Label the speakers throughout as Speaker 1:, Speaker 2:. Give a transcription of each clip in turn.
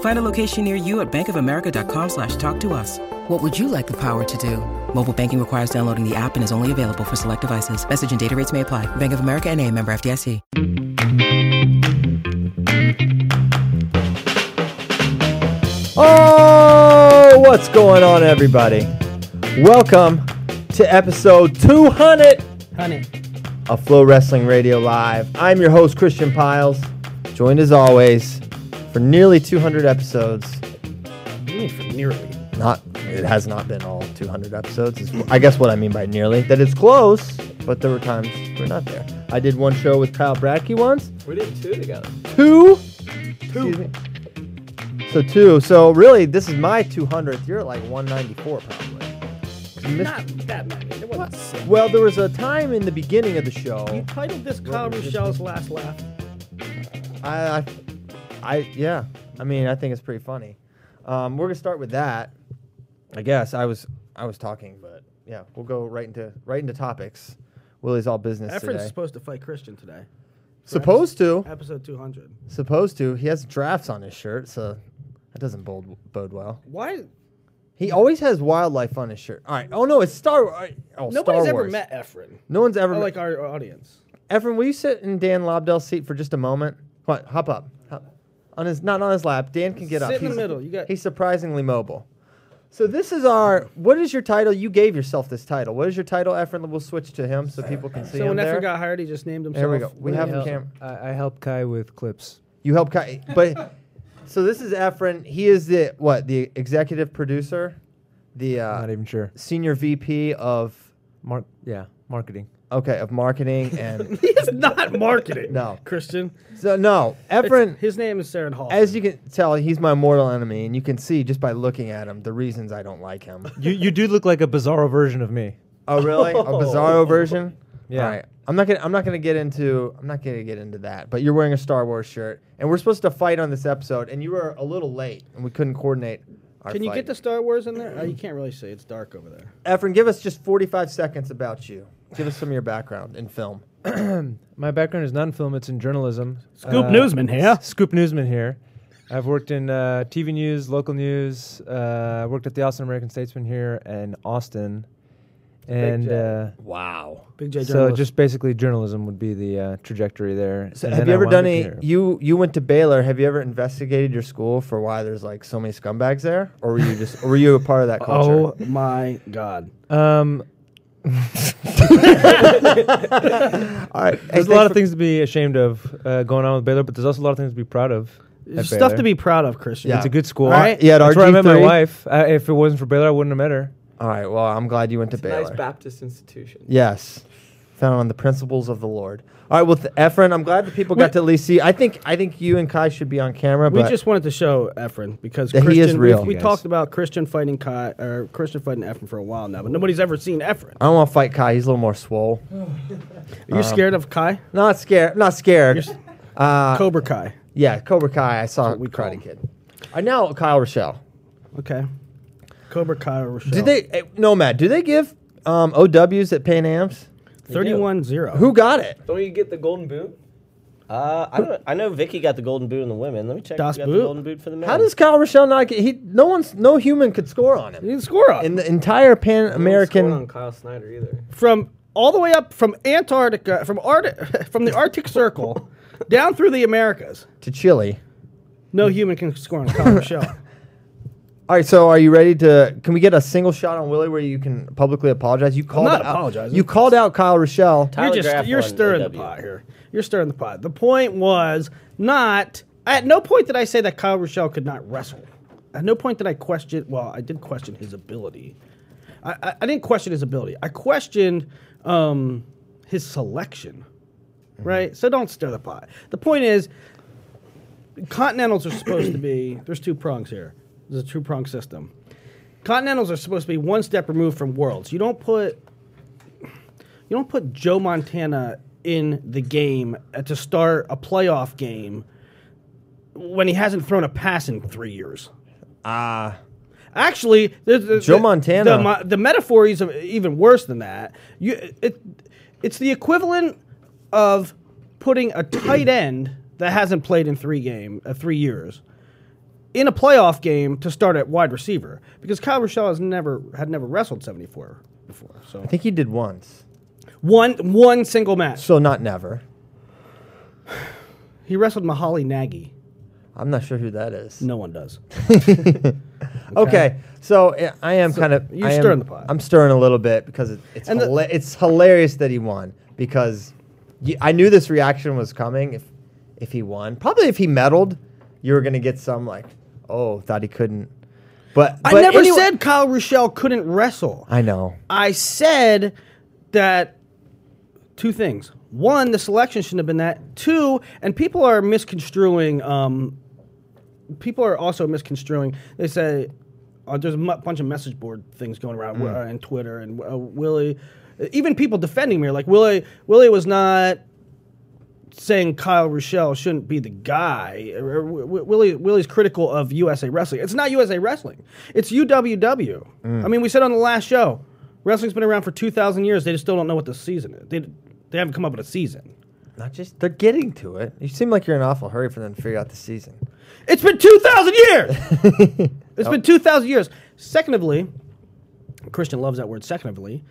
Speaker 1: Find a location near you at bankofamerica.com slash talk to us. What would you like the power to do? Mobile banking requires downloading the app and is only available for select devices. Message and data rates may apply. Bank of America and a member FDIC.
Speaker 2: Oh, what's going on, everybody? Welcome to episode 200
Speaker 3: Honey.
Speaker 2: of Flow Wrestling Radio Live. I'm your host, Christian Piles, joined as always for nearly 200 episodes.
Speaker 3: You mean for nearly?
Speaker 2: Not, it has not been all 200 episodes. Is, I guess what I mean by nearly, that it's close, but there were times we're not there. I did one show with Kyle Bradke once.
Speaker 3: We did two together.
Speaker 2: Two? Excuse me. So two. So really, this is my 200th. You're at like 194 probably. 'Cause you missed-
Speaker 3: Not that many. There wasn't six.
Speaker 2: Well, there was a time in the beginning of the show.
Speaker 3: You titled this Kyle Rochelle's Last Laugh.
Speaker 2: I, I, I, yeah. I mean, I think it's pretty funny. Um, we're gonna start with that. I guess I was, I was talking, but yeah, we'll go right into right into topics. Willie's all business
Speaker 3: Efren's
Speaker 2: today.
Speaker 3: supposed to fight Christian today.
Speaker 2: supposed to,
Speaker 3: Episode 200.
Speaker 2: supposed to. He has drafts on his shirt, so that doesn't bode, bode well.
Speaker 3: Why?
Speaker 2: He always has wildlife on his shirt. All right. Oh no, it's Star. all right. Oh,
Speaker 3: Nobody's
Speaker 2: Star
Speaker 3: ever
Speaker 2: Wars.
Speaker 3: met Efren.
Speaker 2: No one's ever.
Speaker 3: Or
Speaker 2: met-
Speaker 3: like our, our audience.
Speaker 2: Efren, will you sit in Dan Lobdell's seat for just a moment? Come on, hop up. Hop. On his not on his lap. Dan can get up.
Speaker 3: Sit in the
Speaker 2: He's-
Speaker 3: middle. You got-
Speaker 2: He's surprisingly mobile. So this is our. What is your title? You gave yourself this title. What is your title, Efren? We'll switch to him so people can see
Speaker 3: So
Speaker 2: him
Speaker 3: when
Speaker 2: there.
Speaker 3: Efren got hired, he just named himself.
Speaker 2: there we go. We have him
Speaker 4: help-
Speaker 2: camera.
Speaker 4: I, I help Kai with clips.
Speaker 2: You help Kai, but so this is Efren. He is the what? The executive producer, the
Speaker 4: Not
Speaker 2: uh,
Speaker 4: even sure.
Speaker 2: senior VP of
Speaker 4: Mark, yeah, marketing.
Speaker 2: okay of marketing and
Speaker 3: he is not marketing.
Speaker 2: No.
Speaker 3: Christian.
Speaker 2: so no
Speaker 3: It's-
Speaker 2: Efren.
Speaker 3: His name is Saren Hall.
Speaker 2: As you can tell, he's my mortal enemy, and you can see just by looking at him the reasons I don't like him.
Speaker 4: You you do look like a bizarro version of me.
Speaker 2: Oh, really? A bizarro version?
Speaker 4: Yeah.
Speaker 2: All right. I'm not gonna. I'm not gonna get into. I'm not gonna get into that. But you're wearing a Star Wars shirt, and we're supposed to fight on this episode, and you were a little late, and we couldn't coordinate. Our
Speaker 3: Can you get
Speaker 2: fight.
Speaker 3: the Star Wars in there? Oh, you can't really see. It's dark over there.
Speaker 2: Efren? Give us just 45 seconds about you. Give us some of your background in film.
Speaker 4: My background is not in film; it's in journalism. Uh,
Speaker 3: Scoop newsman here.
Speaker 4: Scoop newsman here. I've worked in uh, TV news, local news. Uh, worked at the Austin American Statesman here in Austin, and
Speaker 3: J.
Speaker 4: uh,
Speaker 2: Wow.
Speaker 3: Big J.
Speaker 4: so
Speaker 3: journalist.
Speaker 4: just basically journalism would be the uh, trajectory there.
Speaker 2: So
Speaker 4: And
Speaker 2: have
Speaker 4: then
Speaker 2: you
Speaker 4: I
Speaker 2: ever
Speaker 4: wound
Speaker 2: done
Speaker 4: up
Speaker 2: a?
Speaker 4: here.
Speaker 2: You you went to Baylor. Have you ever investigated your school for why there's like so many scumbags there, or were you just? or were you a part of that culture?
Speaker 3: Oh my God.
Speaker 4: Um,
Speaker 2: All right.
Speaker 4: there's a lot of things to be ashamed of uh, going on with Baylor, but there's also a lot of things to be proud of. at
Speaker 3: There's stuff
Speaker 4: Baylor.
Speaker 3: to be proud of, Christian.
Speaker 2: Yeah.
Speaker 4: It's a good school.
Speaker 2: All right, yeah, at
Speaker 4: That's where I met my
Speaker 2: RG3.
Speaker 4: wife. I, if it wasn't for Baylor, I wouldn't have met her.
Speaker 2: All right. Well, I'm glad you went to Baylor.
Speaker 5: nice Baptist institution.
Speaker 2: Yes, found on the principles of the Lord. All right. Well, th- Efren, I'm glad that people got to at least see. I think I think you and Kai should be on camera.
Speaker 3: We
Speaker 2: but
Speaker 3: just wanted to show Efren because
Speaker 2: That
Speaker 3: Christian,
Speaker 2: he is real.
Speaker 3: We, we
Speaker 2: Yes.
Speaker 3: talked about Christian fighting Kai or Christian fighting Efren for a while now, but nobody's ever seen Efren.
Speaker 2: I don't want to fight Kai. He's a little more swole.
Speaker 3: Are you
Speaker 2: Um,
Speaker 3: scared of Kai?
Speaker 2: Not scared. Not scared. uh,
Speaker 3: Cobra Kai.
Speaker 2: Yeah, Cobra Kai. I saw
Speaker 3: we call him.
Speaker 2: Karate Kid. I know Kyle Rochelle.
Speaker 3: Okay. Cobra Kai or Rochelle.
Speaker 2: Did they eh, Nomad? Do they give um, OWs at Pan Am's?
Speaker 3: 31 0.
Speaker 2: Who got it?
Speaker 5: Don't you get the golden boot? Uh, I don't. I know Vicky got the golden boot on the women. Let me check.
Speaker 3: Das
Speaker 5: if we got
Speaker 3: Boot?
Speaker 5: the golden boot for the men.
Speaker 2: How does Kyle Rochelle not get? He no one's no human could score on
Speaker 3: He
Speaker 2: him
Speaker 3: didn't score on
Speaker 2: in the entire Pan American.
Speaker 6: Kyle Snyder either.
Speaker 3: from all the way up from Antarctica, from Arctic, from the Arctic Circle, down through the Americas.
Speaker 2: to Chile.
Speaker 3: No human can score on Kyle Michelle.
Speaker 2: All right, so are you ready to? Can we get a single shot on Willie where you can publicly apologize? You called
Speaker 3: not
Speaker 2: out,
Speaker 3: apologizing.
Speaker 2: You called out Kyle Rochelle.
Speaker 3: You're
Speaker 5: Tyler
Speaker 3: just
Speaker 5: Graff
Speaker 3: you're
Speaker 5: won
Speaker 3: stirring the
Speaker 5: AW.
Speaker 3: pot here. You're stirring the pot. The point was not at no point did I say that Kyle Rochelle could not wrestle. At no point did I question. Well, I did question his ability. I, I, I didn't question his ability. I questioned um, his selection. Right. So don't stir the pot. The point is, continentals are supposed to be. There's two prongs here. There's a two prong system. Continentals are supposed to be one step removed from worlds. You don't put you don't put Joe Montana in the game uh, to start a playoff game when he hasn't thrown a pass in three years.
Speaker 2: Ah,
Speaker 3: Actually, there's, there's-
Speaker 2: Joe
Speaker 3: the-
Speaker 2: Montana.
Speaker 3: The, mo- the metaphor is even worse than that. You, it, it's the equivalent of putting a tight end that hasn't played in three game uh, three years in a playoff game to start at wide receiver because Kyle Rochelle has never had never wrestled seventy four before. So
Speaker 2: I think he did once,
Speaker 3: one one single match.
Speaker 2: so not never.
Speaker 3: He wrestled Mahali Nagy.
Speaker 2: I'm not sure who that is.
Speaker 3: No one does.
Speaker 2: Okay, so uh, I am kind of
Speaker 3: you're
Speaker 2: I am-
Speaker 3: stirring the pot.
Speaker 2: I'm stirring a little bit because it, it's
Speaker 3: And the-
Speaker 2: hila- it's hilarious that he won because y I I knew this reaction was coming if if he won. Probably if he medaled, you were gonna get some like oh thought he couldn't. But,
Speaker 3: I
Speaker 2: but
Speaker 3: never
Speaker 2: anyway-
Speaker 3: said Kyle Rochelle couldn't wrestle.
Speaker 2: I know.
Speaker 3: I said that two things. One, the selection shouldn't have been that. Two, and people are misconstruing. Um, people are also misconstruing. They say uh, there's a mu bunch of message board things going around uh, and Twitter and uh, Willie. Even people defending me are like Willie. Willie was not saying Kyle Rochelle shouldn't be the guy. Or, or, Wi- Willie Willie's critical of USA Wrestling. It's not USA Wrestling. It's UWW. I mean, we said on the last show, wrestling's been around for two thousand years. They just still don't know what the season is. They they haven't come up with a season.
Speaker 2: Not just they're getting to it. You seem like you're in an awful hurry for them to figure out the season.
Speaker 3: It's been two thousand years. It's been two thousand years. Secondly, Christian loves that word. Secondly,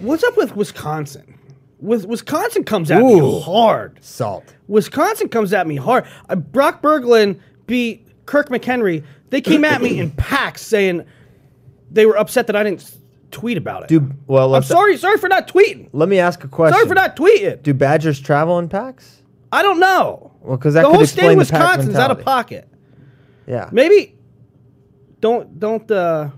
Speaker 3: what's up with Wisconsin? With Wisconsin comes at
Speaker 2: Ooh.
Speaker 3: me hard.
Speaker 2: Salt.
Speaker 3: Wisconsin comes at me hard. Uh, Brock Berglund beat Kirk McHenry. They came at me in packs saying they were upset that I didn't s- tweet about it.
Speaker 2: Do well.
Speaker 3: I'm
Speaker 2: let's-
Speaker 3: sorry, sorry for not tweeting.
Speaker 2: Let me ask a question.
Speaker 3: Sorry for not tweeting.
Speaker 2: Do Badgers travel in packs?
Speaker 3: I don't know.
Speaker 2: Well, 'cause that
Speaker 3: the
Speaker 2: could
Speaker 3: whole state of
Speaker 2: explain the pack
Speaker 3: Wisconsin's out of
Speaker 2: mentality.
Speaker 3: pocket.
Speaker 2: Yeah.
Speaker 3: Maybe don't don't uh,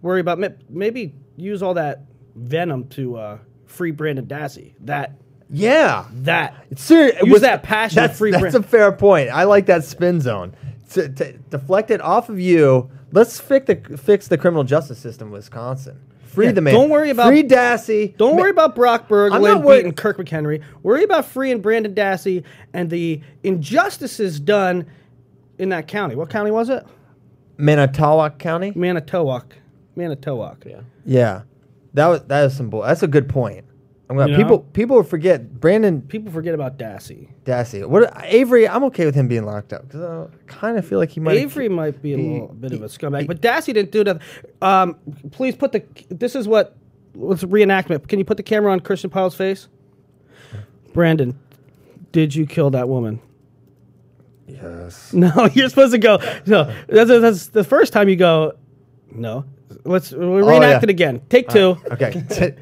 Speaker 3: worry about may- maybe use all that venom to uh, free Brandon Dassey. That
Speaker 2: Yeah.
Speaker 3: that
Speaker 2: Sir,
Speaker 3: Use that passion to
Speaker 2: That's,
Speaker 3: free
Speaker 2: that's
Speaker 3: Brent.
Speaker 2: a fair point. I like that spin zone. To, to deflect it off of you. Let's fix the fix the criminal justice system, in Wisconsin. Free
Speaker 3: Yeah,
Speaker 2: the man.
Speaker 3: don't worry about-
Speaker 2: free Dassey.
Speaker 3: Don't
Speaker 2: Ma-
Speaker 3: worry about Brock
Speaker 2: I'm not
Speaker 3: Berglund
Speaker 2: worried-
Speaker 3: beating Kirk McHenry. Worry about Free and Brandon Dassey and the injustices done in that county. What county was it?
Speaker 2: Manitowoc County.
Speaker 3: Manitowoc. Manitowoc. Yeah.
Speaker 2: Yeah, that was that is some bull. That's a good point. I'm gonna
Speaker 3: You know?
Speaker 2: people people forget Brandon
Speaker 3: People forget about Dassey.
Speaker 2: Dassey. What Avery? I'm okay with him being locked up because I kind of feel like he might.
Speaker 3: Avery might be a little bit of a scumbag, but Dassey didn't do that. Um, please put the. This is what. What's a reenactment? Can you put the camera on Christian Pyle's face? Brandon, did you kill that woman?
Speaker 2: Yes.
Speaker 3: No, you're supposed to go. No, that's, that's the first time you go. No, let's we'll reenact
Speaker 2: Oh, yeah.
Speaker 3: it again. Take two.
Speaker 2: Okay. T-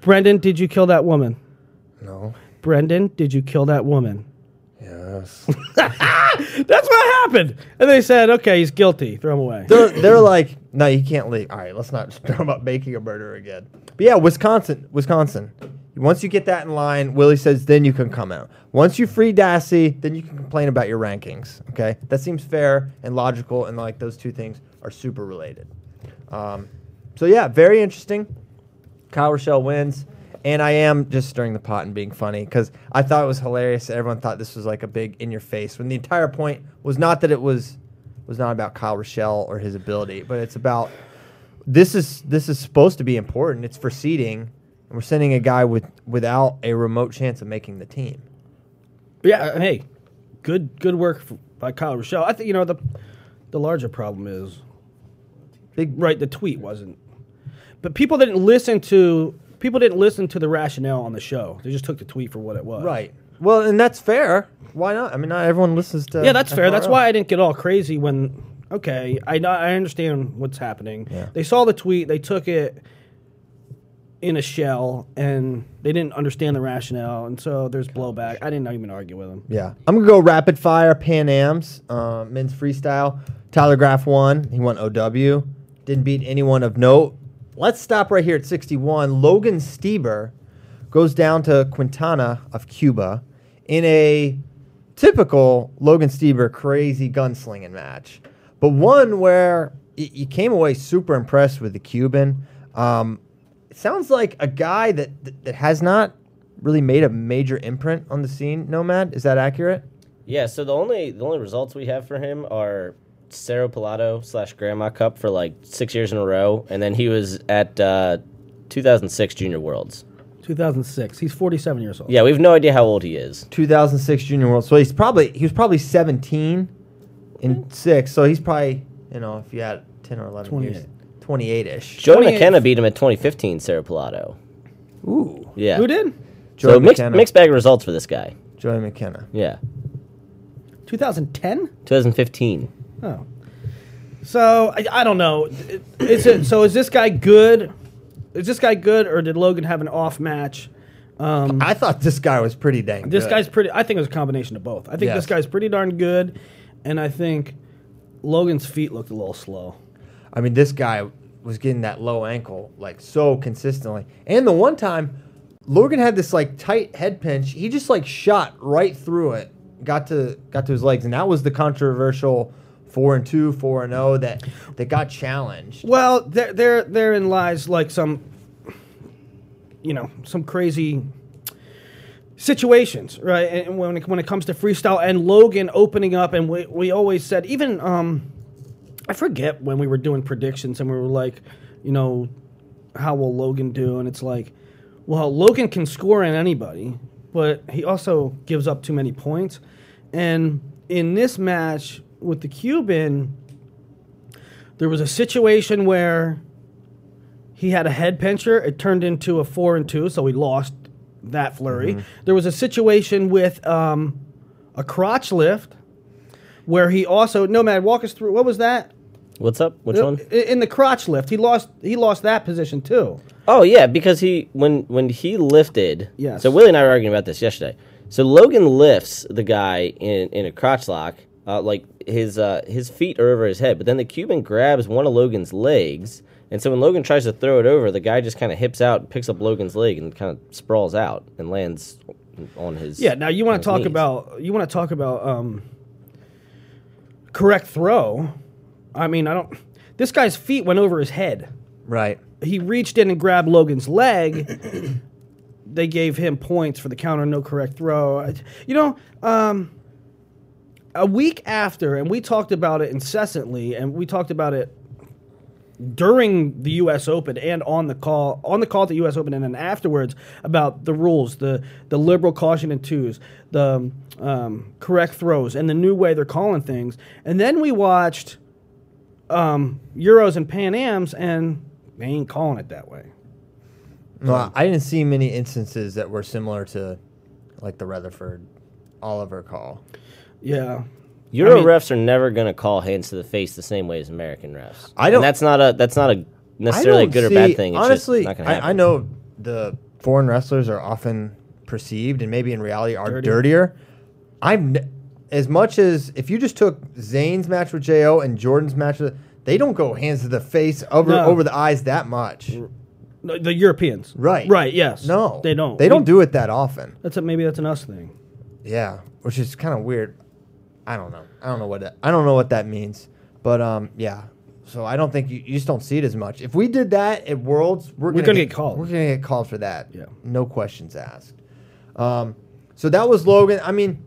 Speaker 3: Brendan, did you kill that woman?
Speaker 2: no.
Speaker 3: Brendan, did you kill that woman?
Speaker 2: Yes.
Speaker 3: That's what happened. And they said, okay, he's guilty. Throw him away.
Speaker 2: they're, they're like, no, you can't leave. All right, let's not talk about making a murder again. But yeah, Wisconsin, Wisconsin. Once you get that in line, Willie says, then you can come out. Once you free Dassey, then you can complain about your rankings. Okay, that seems fair and logical, and like those two things are super related. Um, so yeah, very interesting. Kyle Rochelle wins. And I am just stirring the pot and being funny because I thought it was hilarious. Everyone thought this was like a big in your face when the entire point was not that it was was not about Kyle Rochelle or his ability, but it's about this is this is supposed to be important. It's for seeding, and we're sending a guy with without a remote chance of making the team.
Speaker 3: Yeah, and hey, good good work f by Kyle Rochelle. I think you know the the larger problem is
Speaker 2: Big-
Speaker 3: right. The tweet wasn't, but people didn't listen to people didn't listen to the rationale on the show. They just took the tweet for what it was.
Speaker 2: Right. Well, and that's fair. Why not? I mean, not everyone listens to.
Speaker 3: Yeah, that's fair. That's
Speaker 2: FRL.
Speaker 3: why I didn't get all crazy when. Okay, I know- I understand what's happening.
Speaker 2: Yeah.
Speaker 3: They saw the tweet. They took it in a shell, and they didn't understand the rationale, and so there's blowback. I didn't even argue with them.
Speaker 2: Yeah, I'm gonna go rapid fire Pan Am's uh, men's freestyle. Tyler Graf won. He won OW. Didn't beat anyone of note. Let's stop right here at 61. Logan Stieber goes down to Quintana of Cuba in a typical Logan Stieber crazy gunslinging match, but one where y- you came away super impressed with the Cuban. Um, it sounds like a guy that, that that has not really made a major imprint on the scene. Nomad, is that accurate?
Speaker 5: Yeah, so the only the only results we have for him are Cerro Pilato slash Grandma Cup for like six years in a row, and then he was at uh, 2006 Junior Worlds.
Speaker 3: 2006. He's 47 years old.
Speaker 5: Yeah, we have no idea how old he is.
Speaker 2: 2006 Junior World. So he's probably he was probably 17 in six. So he's probably you know if you had 10 or 11 years, 28 ish.
Speaker 5: Joe
Speaker 3: 28.
Speaker 5: McKenna beat him at 2015 Cerro Pilato.
Speaker 2: Ooh,
Speaker 5: Yeah,
Speaker 3: Who did?
Speaker 5: So
Speaker 2: Joey
Speaker 5: mixed
Speaker 2: McKenna.
Speaker 5: mixed bag of results for this guy.
Speaker 2: Joey McKenna.
Speaker 5: Yeah,
Speaker 3: 2010?
Speaker 5: 2015.
Speaker 3: Oh. So I, I don't know. It- Is it so? Is this guy good? Is this guy good, or did Logan have an off match? Um,
Speaker 2: I thought this guy was pretty dang.
Speaker 3: this
Speaker 2: good.
Speaker 3: guy's pretty. I think it was a combination of both. I think
Speaker 2: Yes.
Speaker 3: this guy's pretty darn good, and I think Logan's feet looked a little slow.
Speaker 2: I mean, this guy was getting that low ankle like so consistently. And the one time Logan had this like tight head pinch, he just like shot right through it, got to got to his legs, and that was the controversial four and two, four and zero that that got challenged.
Speaker 3: Well, there, there, therein lies like some, you know, some crazy situations, right? And and when it, when it comes to freestyle and Logan opening up, and we we always said even um, I forget when we were doing predictions and we were like, you know, how will Logan do? And it's like, well, Logan can score on anybody, but he also gives up too many points. And in this match with the Cuban, there was a situation where he had a head pincher. It turned into a four and two, so he lost that flurry. There was a situation with um, a crotch lift where he also Nomad walk us through what was that
Speaker 5: What's up? Which
Speaker 3: I-
Speaker 5: one?
Speaker 3: in the crotch lift. He lost he lost that position too.
Speaker 5: Oh yeah, because he when when he lifted.
Speaker 3: Yes.
Speaker 5: So Willie and I were arguing about this yesterday. So Logan lifts the guy in in a crotch lock, uh, like his uh, his feet are over his head, but then the Cuban grabs one of Logan's legs, and so when Logan tries to throw it over, the guy just kind of hips out, picks up Logan's leg, and kind of sprawls out and lands on his.
Speaker 3: Yeah. Now you
Speaker 5: on
Speaker 3: want
Speaker 5: his
Speaker 3: to talk
Speaker 5: knees.
Speaker 3: about you want to talk about um, correct throw. I mean, I don't. This guy's feet went over his head.
Speaker 2: Right.
Speaker 3: He reached in and grabbed Logan's leg. they gave him points for the counter, no correct throw. I- You know, um, a week after, and we talked about it incessantly, and we talked about it during the U.S. Open and on the call on the call at the U.S. Open and then afterwards about the rules, the the liberal caution and twos, the um, correct throws, and the new way they're calling things. And then we watched um, Euros and Pan Am's, and they ain't calling it that way.
Speaker 2: Well, I didn't see many instances that were similar to like the Rutherford Oliver call.
Speaker 3: Yeah.
Speaker 5: Euro
Speaker 3: I mean-
Speaker 5: refs are never going to call hands to the face the same way as American refs.
Speaker 2: I don't-
Speaker 5: And that's not a that's not a necessarily a
Speaker 2: don't
Speaker 5: good or
Speaker 2: see-
Speaker 5: bad thing. It's just
Speaker 2: honestly,
Speaker 5: not gonna
Speaker 2: I, I
Speaker 5: happen.
Speaker 2: know the foreign wrestlers are often perceived and maybe in reality are dirtier. I'm n- as much as if you just took Zane's match with Jo and Jordan's match with they don't go hands to the face over
Speaker 3: No.
Speaker 2: over the eyes that much.
Speaker 3: No, the Europeans.
Speaker 2: Right.
Speaker 3: Right, yes.
Speaker 2: No.
Speaker 3: They don't.
Speaker 2: They
Speaker 3: We-
Speaker 2: don't do it that often.
Speaker 3: That's a, maybe that's an us thing.
Speaker 2: Yeah, which is kind of weird. I don't know. I don't know what that, I don't know what that means. But um, yeah. So I don't think you, you just don't see it as much. If we did that at Worlds, we're gonna,
Speaker 3: gonna get called.
Speaker 2: We're gonna get called for that.
Speaker 3: Yeah.
Speaker 2: no questions asked. Um, so that was Logan. I mean,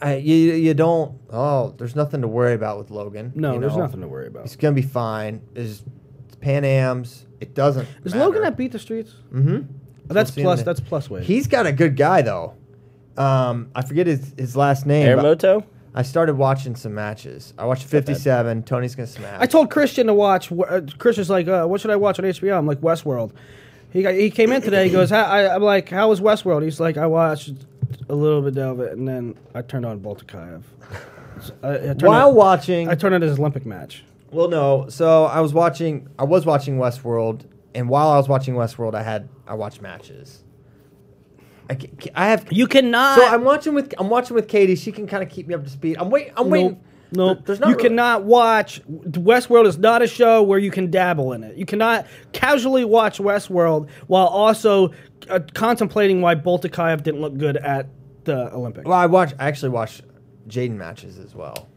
Speaker 2: I, you you don't. Oh, there's nothing to worry about with Logan.
Speaker 3: No,
Speaker 2: you
Speaker 3: there's
Speaker 2: know.
Speaker 3: nothing to worry about.
Speaker 2: He's gonna be fine. It's, it's Pan Am's. It doesn't.
Speaker 3: Is
Speaker 2: matter.
Speaker 3: Logan at Beat the Streets? Mm-hmm. That's
Speaker 2: We'll see him
Speaker 3: plus.
Speaker 2: in-
Speaker 3: That's plus weight.
Speaker 2: He's got a good guy though. Um, I forget his, his last name. but
Speaker 5: Aramoto?
Speaker 2: I started watching some matches. I watched 57. Tony's gonna smash.
Speaker 3: I told Christian to watch. wh- Uh, Christian's like, uh, what should I watch on HBO? I'm like, Westworld. He got, he came in today. He goes, how, I, I'm like, how was Westworld? He's like, I watched a little bit of it, and then I turned on Boltikayev. So I, I turned
Speaker 2: While
Speaker 3: on-
Speaker 2: watching,
Speaker 3: I turned on his Olympic match.
Speaker 2: well, no. So I was watching. I was watching Westworld, and while I was watching Westworld, I had I watched matches. I, ca- ca- I have
Speaker 3: You cannot.
Speaker 2: So I'm watching with I'm watching with Katie. She can kind of keep me up to speed. I'm wait. I'm waiting.
Speaker 3: No,
Speaker 2: There- there's not
Speaker 3: you
Speaker 2: really-
Speaker 3: cannot watch. Westworld is not a show where you can dabble in it. You cannot casually watch Westworld while also uh, contemplating why Boltikayev didn't look good at the Olympics.
Speaker 2: Well, I watch. I actually watch Jaden matches as well.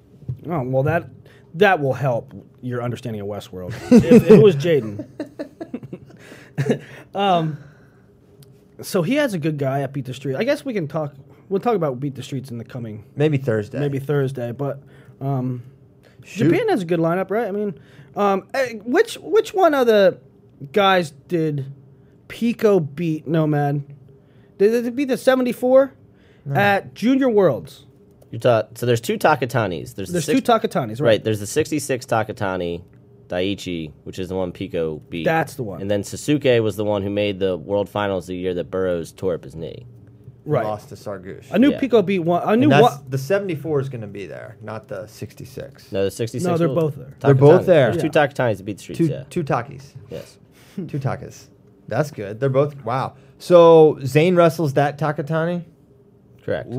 Speaker 3: oh, well, that that will help your understanding of Westworld. if, if it was Jaden. um, so he has a good guy at Beat the Street. I guess we can talk. We'll talk about Beat the Streets in the coming
Speaker 2: Maybe Thursday.
Speaker 3: maybe Thursday. But um,
Speaker 2: Shoot.
Speaker 3: Japan has a good lineup, right? I mean, um, eh, which which one of the guys did Pico beat Nomad? Did it beat the seventy four at Junior Worlds?
Speaker 5: You're ta- so there's two Takatanis. There's,
Speaker 3: There's
Speaker 5: the six-
Speaker 3: two Takatanis, right?
Speaker 5: Right, there's the 66 Takatani Daiichi, which is the one Pico beat.
Speaker 3: That's the one.
Speaker 5: And then Sasuke was the one who made the world finals the year that Burroughs tore up his knee.
Speaker 3: right.
Speaker 2: Lost to Sargush.
Speaker 3: I knew
Speaker 5: Yeah.
Speaker 3: Pico beat one. I knew
Speaker 2: And that's,
Speaker 3: one.
Speaker 2: the 74 is going to be there, not the 66.
Speaker 5: No, the 66.
Speaker 3: No, they're
Speaker 5: was-
Speaker 3: both there.
Speaker 2: They're both
Speaker 5: Takatanis.
Speaker 2: there.
Speaker 5: There's two Takatanis to beat the streets,
Speaker 2: Two
Speaker 5: yeah.
Speaker 2: two Takis.
Speaker 5: Yes.
Speaker 2: two Takas. That's good. They're both wow. So Zane wrestles that Takatani.
Speaker 5: Correct.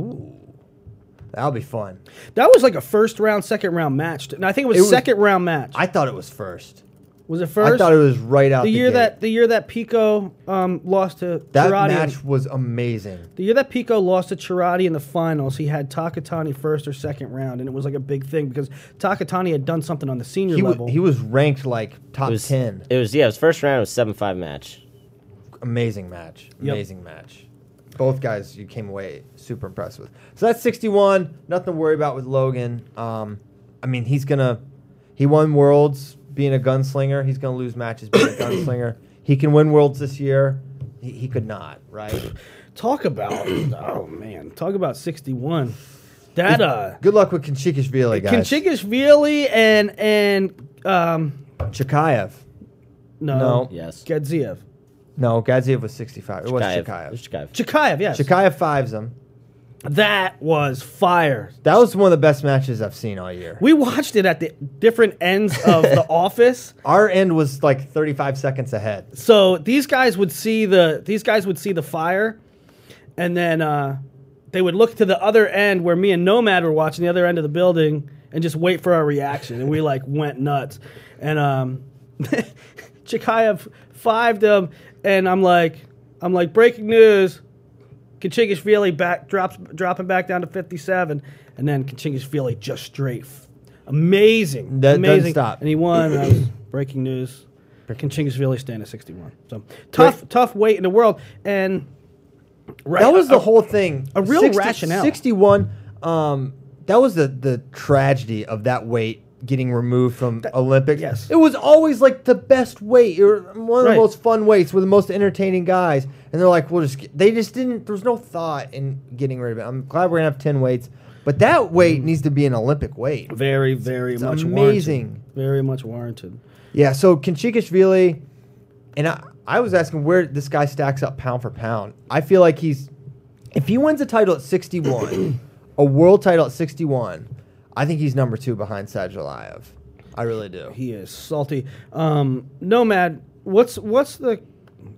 Speaker 2: That'll be fun.
Speaker 3: That was like a first round, second round match. And I think it was,
Speaker 2: It was-
Speaker 3: second round match.
Speaker 2: I thought it was first.
Speaker 3: was it first?
Speaker 2: I thought it was right out
Speaker 3: the
Speaker 2: the,
Speaker 3: year
Speaker 2: gate.
Speaker 3: that the year that Pico um, lost to
Speaker 2: that
Speaker 3: Girardi in-
Speaker 2: match was amazing.
Speaker 3: The year that Pico lost to Chirati in the finals, he had Takatani first or second round, and it was like a big thing because Takatani had done something on the senior
Speaker 2: He
Speaker 3: level.
Speaker 2: was, he was ranked like top
Speaker 5: It was,
Speaker 2: 10.
Speaker 5: It was, yeah, it was first round. It was 7 5 match.
Speaker 2: amazing match. Amazing match. Both guys you came away super impressed with. So that's 61. Nothing to worry about with Logan. Um, I mean, he's going to. He won Worlds being a gunslinger. He's going to lose matches being a gunslinger. He can win Worlds this year. He, he could not, right?
Speaker 3: talk about oh man, talk about sixty one. That uh,
Speaker 2: Good luck with Kanchikishvili, guys.
Speaker 3: Kanchikishvili and and um
Speaker 2: Chikayev.
Speaker 3: no,
Speaker 2: No.
Speaker 5: Yes.
Speaker 3: Gadziev,
Speaker 2: No, Gadziev was 65. It was
Speaker 5: Chikaev. It
Speaker 2: Chikayev.
Speaker 5: was Chikaev.
Speaker 3: Chikayev, yes,
Speaker 2: Chikayev fives him.
Speaker 3: that was fire.
Speaker 2: That was one of the best matches I've seen all year.
Speaker 3: We watched it at the different ends of the office.
Speaker 2: Our end was like 35 seconds ahead.
Speaker 3: so these guys would see the these guys would see the fire and then uh, they would look to the other end where me and nomad were watching the other end of the building and just wait for our reaction and we like went nuts and um chikayev fived them and i'm like i'm like breaking news Kachingishvili back drops dropping back down to 57 and then Kachingishvili just straight f- amazing
Speaker 2: That doesn't
Speaker 3: amazing
Speaker 2: stop.
Speaker 3: and he won that was breaking news Kachingishvili staying at 61 so tough tough weight in the world and right
Speaker 2: That was the
Speaker 3: uh,
Speaker 2: whole thing.
Speaker 3: a real rationale.
Speaker 2: Sixty-one. Um, that was the the tragedy of that weight getting removed from Olympics.
Speaker 3: yes.
Speaker 2: it was always like the best weight, or one of
Speaker 3: Right.
Speaker 2: the most fun weights with the most entertaining guys. And they're like, we'll just. Get, they just didn't. There was no thought in getting rid of it. I'm glad we're gonna have ten weights, but that
Speaker 3: Mm.
Speaker 2: weight needs to be an Olympic weight.
Speaker 3: very very
Speaker 2: It's
Speaker 3: much
Speaker 2: amazing.
Speaker 3: warranted. very much warranted
Speaker 2: Yeah. So Kanchikashvili, and I, I was asking where this guy stacks up pound for pound. I feel like he's, if he wins a title at 61, a world title at 61, I think he's number two behind Sajalayev. I really do.
Speaker 3: he is salty um nomad what's what's the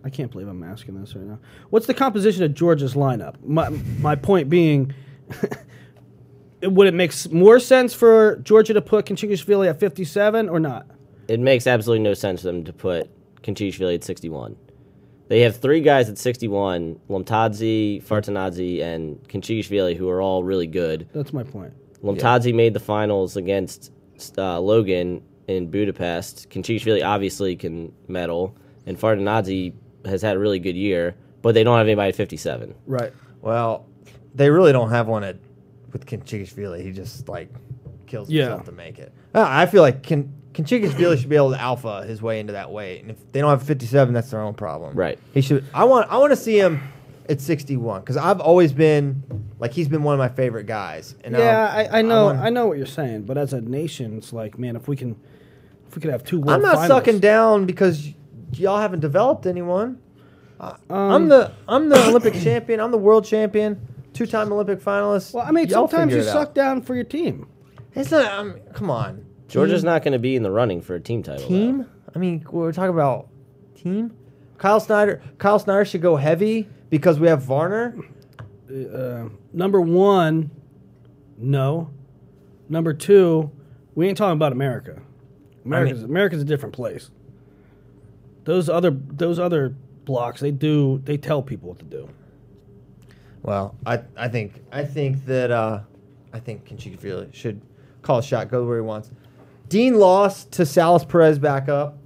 Speaker 3: I can't believe I'm asking this right now. What's the composition of Georgia's lineup? My my point being, it- would it make s- more sense for Georgia to put Kanchikishvili at 57 or not?
Speaker 5: It makes absolutely no sense for them to put Kanchishvili at 61. They have three guys at 61, Lomtadze, Fartanadze, and Kanchishvili, who are all really good.
Speaker 3: That's my point.
Speaker 5: Lomtadze made the finals against uh, Logan in Budapest. Kanchishvili obviously can medal, and Fartanadze has had a really good year, but they don't have anybody at 57.
Speaker 3: Right.
Speaker 2: Well, they really don't have one at with Kanchikashvili. He just like kills
Speaker 3: Yeah.
Speaker 2: himself to make it. Uh, I I feel like Kan Kanchikashvili should be able to alpha his way into that weight, and if they don't have 57, that's their own problem.
Speaker 5: Right.
Speaker 2: He should. I want. I want to see him at 61 because I've always been like he's been one of my favorite guys. And um,
Speaker 3: yeah,
Speaker 2: I'm-
Speaker 3: I, I know,
Speaker 2: wanna-
Speaker 3: I know what you're saying, but as a nation, it's like, man, if we can, if we could have two world
Speaker 2: I'm not
Speaker 3: finals-
Speaker 2: sucking down because y- y'all haven't developed anyone. I-
Speaker 3: Um,
Speaker 2: I'm the I'm the Olympic champion. I'm the world champion. Two time Olympic finalist.
Speaker 3: Well, I mean,
Speaker 2: Y'all
Speaker 3: sometimes
Speaker 2: figure
Speaker 3: you
Speaker 2: it
Speaker 3: suck
Speaker 2: out.
Speaker 3: down for your team.
Speaker 2: It's not. I mean, come on.
Speaker 5: Georgia's not going to be in the running for a team title. though.
Speaker 2: Team. I mean, we're talking about team. Kyle Snyder. Kyle Snyder should go heavy because we have Varner.
Speaker 3: Uh, number one, no. Number two, we ain't talking about America. America's America's a different place. Those other those other blocks, they do they tell people what to do.
Speaker 2: Well, I I think I think that uh, I think Conchigafrila should call a shot, go where he wants. Dean lost to Salas Perez back up.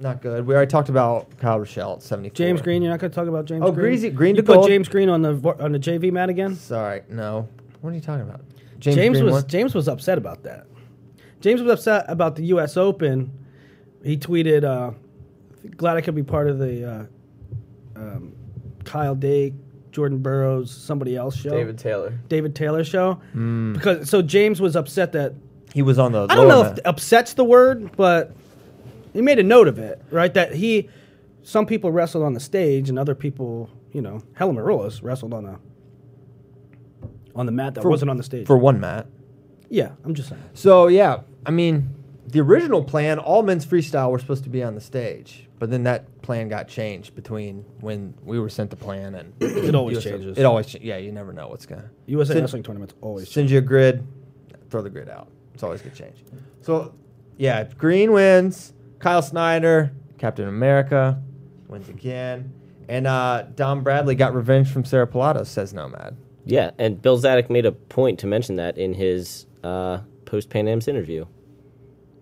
Speaker 2: Not good. We already talked about Kyle Rochelle at 74.
Speaker 3: James Green, you're not going to talk about James
Speaker 2: Oh,
Speaker 3: Green.
Speaker 2: Greasy- Green
Speaker 3: you
Speaker 2: to gold.
Speaker 3: put James Green on the vo- on the JV mat again.
Speaker 2: Sorry, no. What are you talking about?
Speaker 3: James,
Speaker 2: Green
Speaker 3: was
Speaker 2: won?
Speaker 3: James was upset about that. James was upset about the U.S. Open. He tweeted, uh, "Glad I could be part of the uh, um, Kyle Day, Jordan Burroughs, somebody else show,
Speaker 6: David Taylor.
Speaker 3: David Taylor show."
Speaker 2: Hmm.
Speaker 3: Because so James was upset that
Speaker 2: he was on the.
Speaker 3: I don't
Speaker 2: lower
Speaker 3: know
Speaker 2: mat.
Speaker 3: if upsets the word, but he made a note of it, right? That he some people wrestled on the stage and other people, you know, Helen Marillas wrestled on a on the mat that wasn't on the stage.
Speaker 2: for one mat.
Speaker 3: yeah, I'm just saying.
Speaker 2: So yeah, I mean, the original plan, all men's freestyle were supposed to be on the stage, but then that plan got changed between when we were sent the plan and
Speaker 3: It always
Speaker 2: USA
Speaker 3: changes.
Speaker 2: It always, cha- yeah, you never know what's gonna.
Speaker 3: USA
Speaker 2: Sin-
Speaker 3: wrestling tournaments always change.
Speaker 2: Send you a grid, throw the grid out. It's always gonna change. So, yeah, if Green wins. Kyle Snyder, Captain America, wins again, and uh, Don Bradley got revenge from Sarah Pilato. Says Nomad.
Speaker 5: Yeah, and Bill Zadek made a point to mention that in his uh, post Pan Am's interview,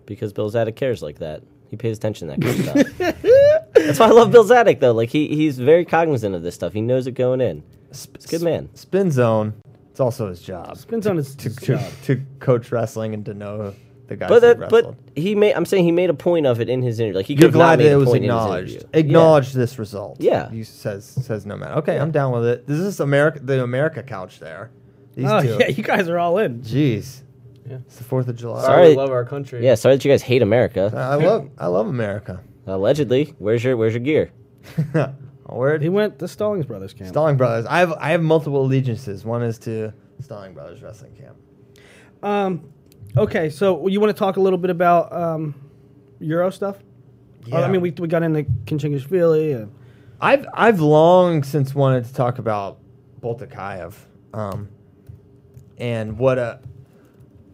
Speaker 5: because Bill Zadek cares like that. He pays attention to that kind of stuff. That's why I love Bill Zadek though. Like he he's very cognizant of this stuff. He knows it going in. He's a good man.
Speaker 2: Spin zone. It's also his job.
Speaker 3: Depends on his
Speaker 2: to,
Speaker 3: job.
Speaker 2: to, to coach wrestling and to know the guys
Speaker 5: But
Speaker 2: that
Speaker 5: that, but
Speaker 2: wrestled.
Speaker 5: he made. I'm saying he made a point of it in his interview. Like he
Speaker 2: You're
Speaker 5: could
Speaker 2: glad
Speaker 5: not made
Speaker 2: that it
Speaker 5: a
Speaker 2: was
Speaker 5: point in his
Speaker 2: acknowledged.
Speaker 5: interview.
Speaker 2: Acknowledge this result.
Speaker 5: Yeah.
Speaker 2: you says says no matter. Okay, I'm down with it. This is America, the America couch there. These
Speaker 3: Oh
Speaker 2: two.
Speaker 3: yeah, you guys are all in.
Speaker 2: Jeez, it's the Fourth of July.
Speaker 5: Sorry.
Speaker 6: We love our country.
Speaker 5: Yeah. yeah, sorry that you guys hate America.
Speaker 2: I love I love America.
Speaker 5: Allegedly, where's your where's your gear?
Speaker 2: I'll wear it.
Speaker 3: He went the Stallings brothers camp.
Speaker 2: Stalling Brothers. I have I have multiple allegiances. One is to Stalling Brothers Wrestling Camp.
Speaker 3: um, okay, so you want to talk a little bit about um, Euro stuff? Or, Oh, I
Speaker 2: Yeah.
Speaker 3: mean, we, we got into Kinchingishvili and
Speaker 2: I've I've long since wanted to talk about Boltikayev, um, and what a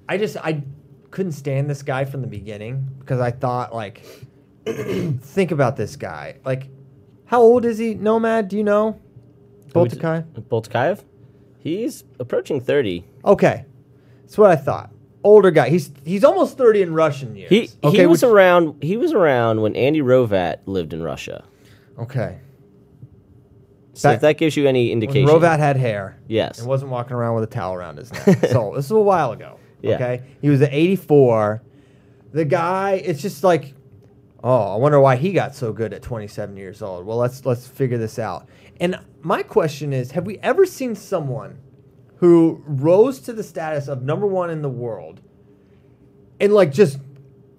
Speaker 2: I just I couldn't stand this guy from the beginning because I thought like think about this guy like how old is he Nomad do you know Boltikayev
Speaker 5: Boltkayev? He's approaching thirty.
Speaker 2: okay that's what I thought older guy he's he's almost thirty in Russian years
Speaker 5: He
Speaker 2: okay
Speaker 5: he was
Speaker 2: which-
Speaker 5: around. He was around when Andy Rovat lived in Russia.
Speaker 2: okay
Speaker 5: So
Speaker 2: Back-
Speaker 5: if that gives you any
Speaker 2: when
Speaker 5: indication,
Speaker 2: Rovat had hair
Speaker 5: yes,
Speaker 2: and wasn't walking around with a towel around his neck. so this is a while ago.
Speaker 5: Yeah.
Speaker 2: Okay. He was at 84. The guy, it's just like, oh, I wonder why he got so good at 27 years old. Well, let's let's figure this out. And my question is, have we ever seen someone who rose to the status of number one in the world and like just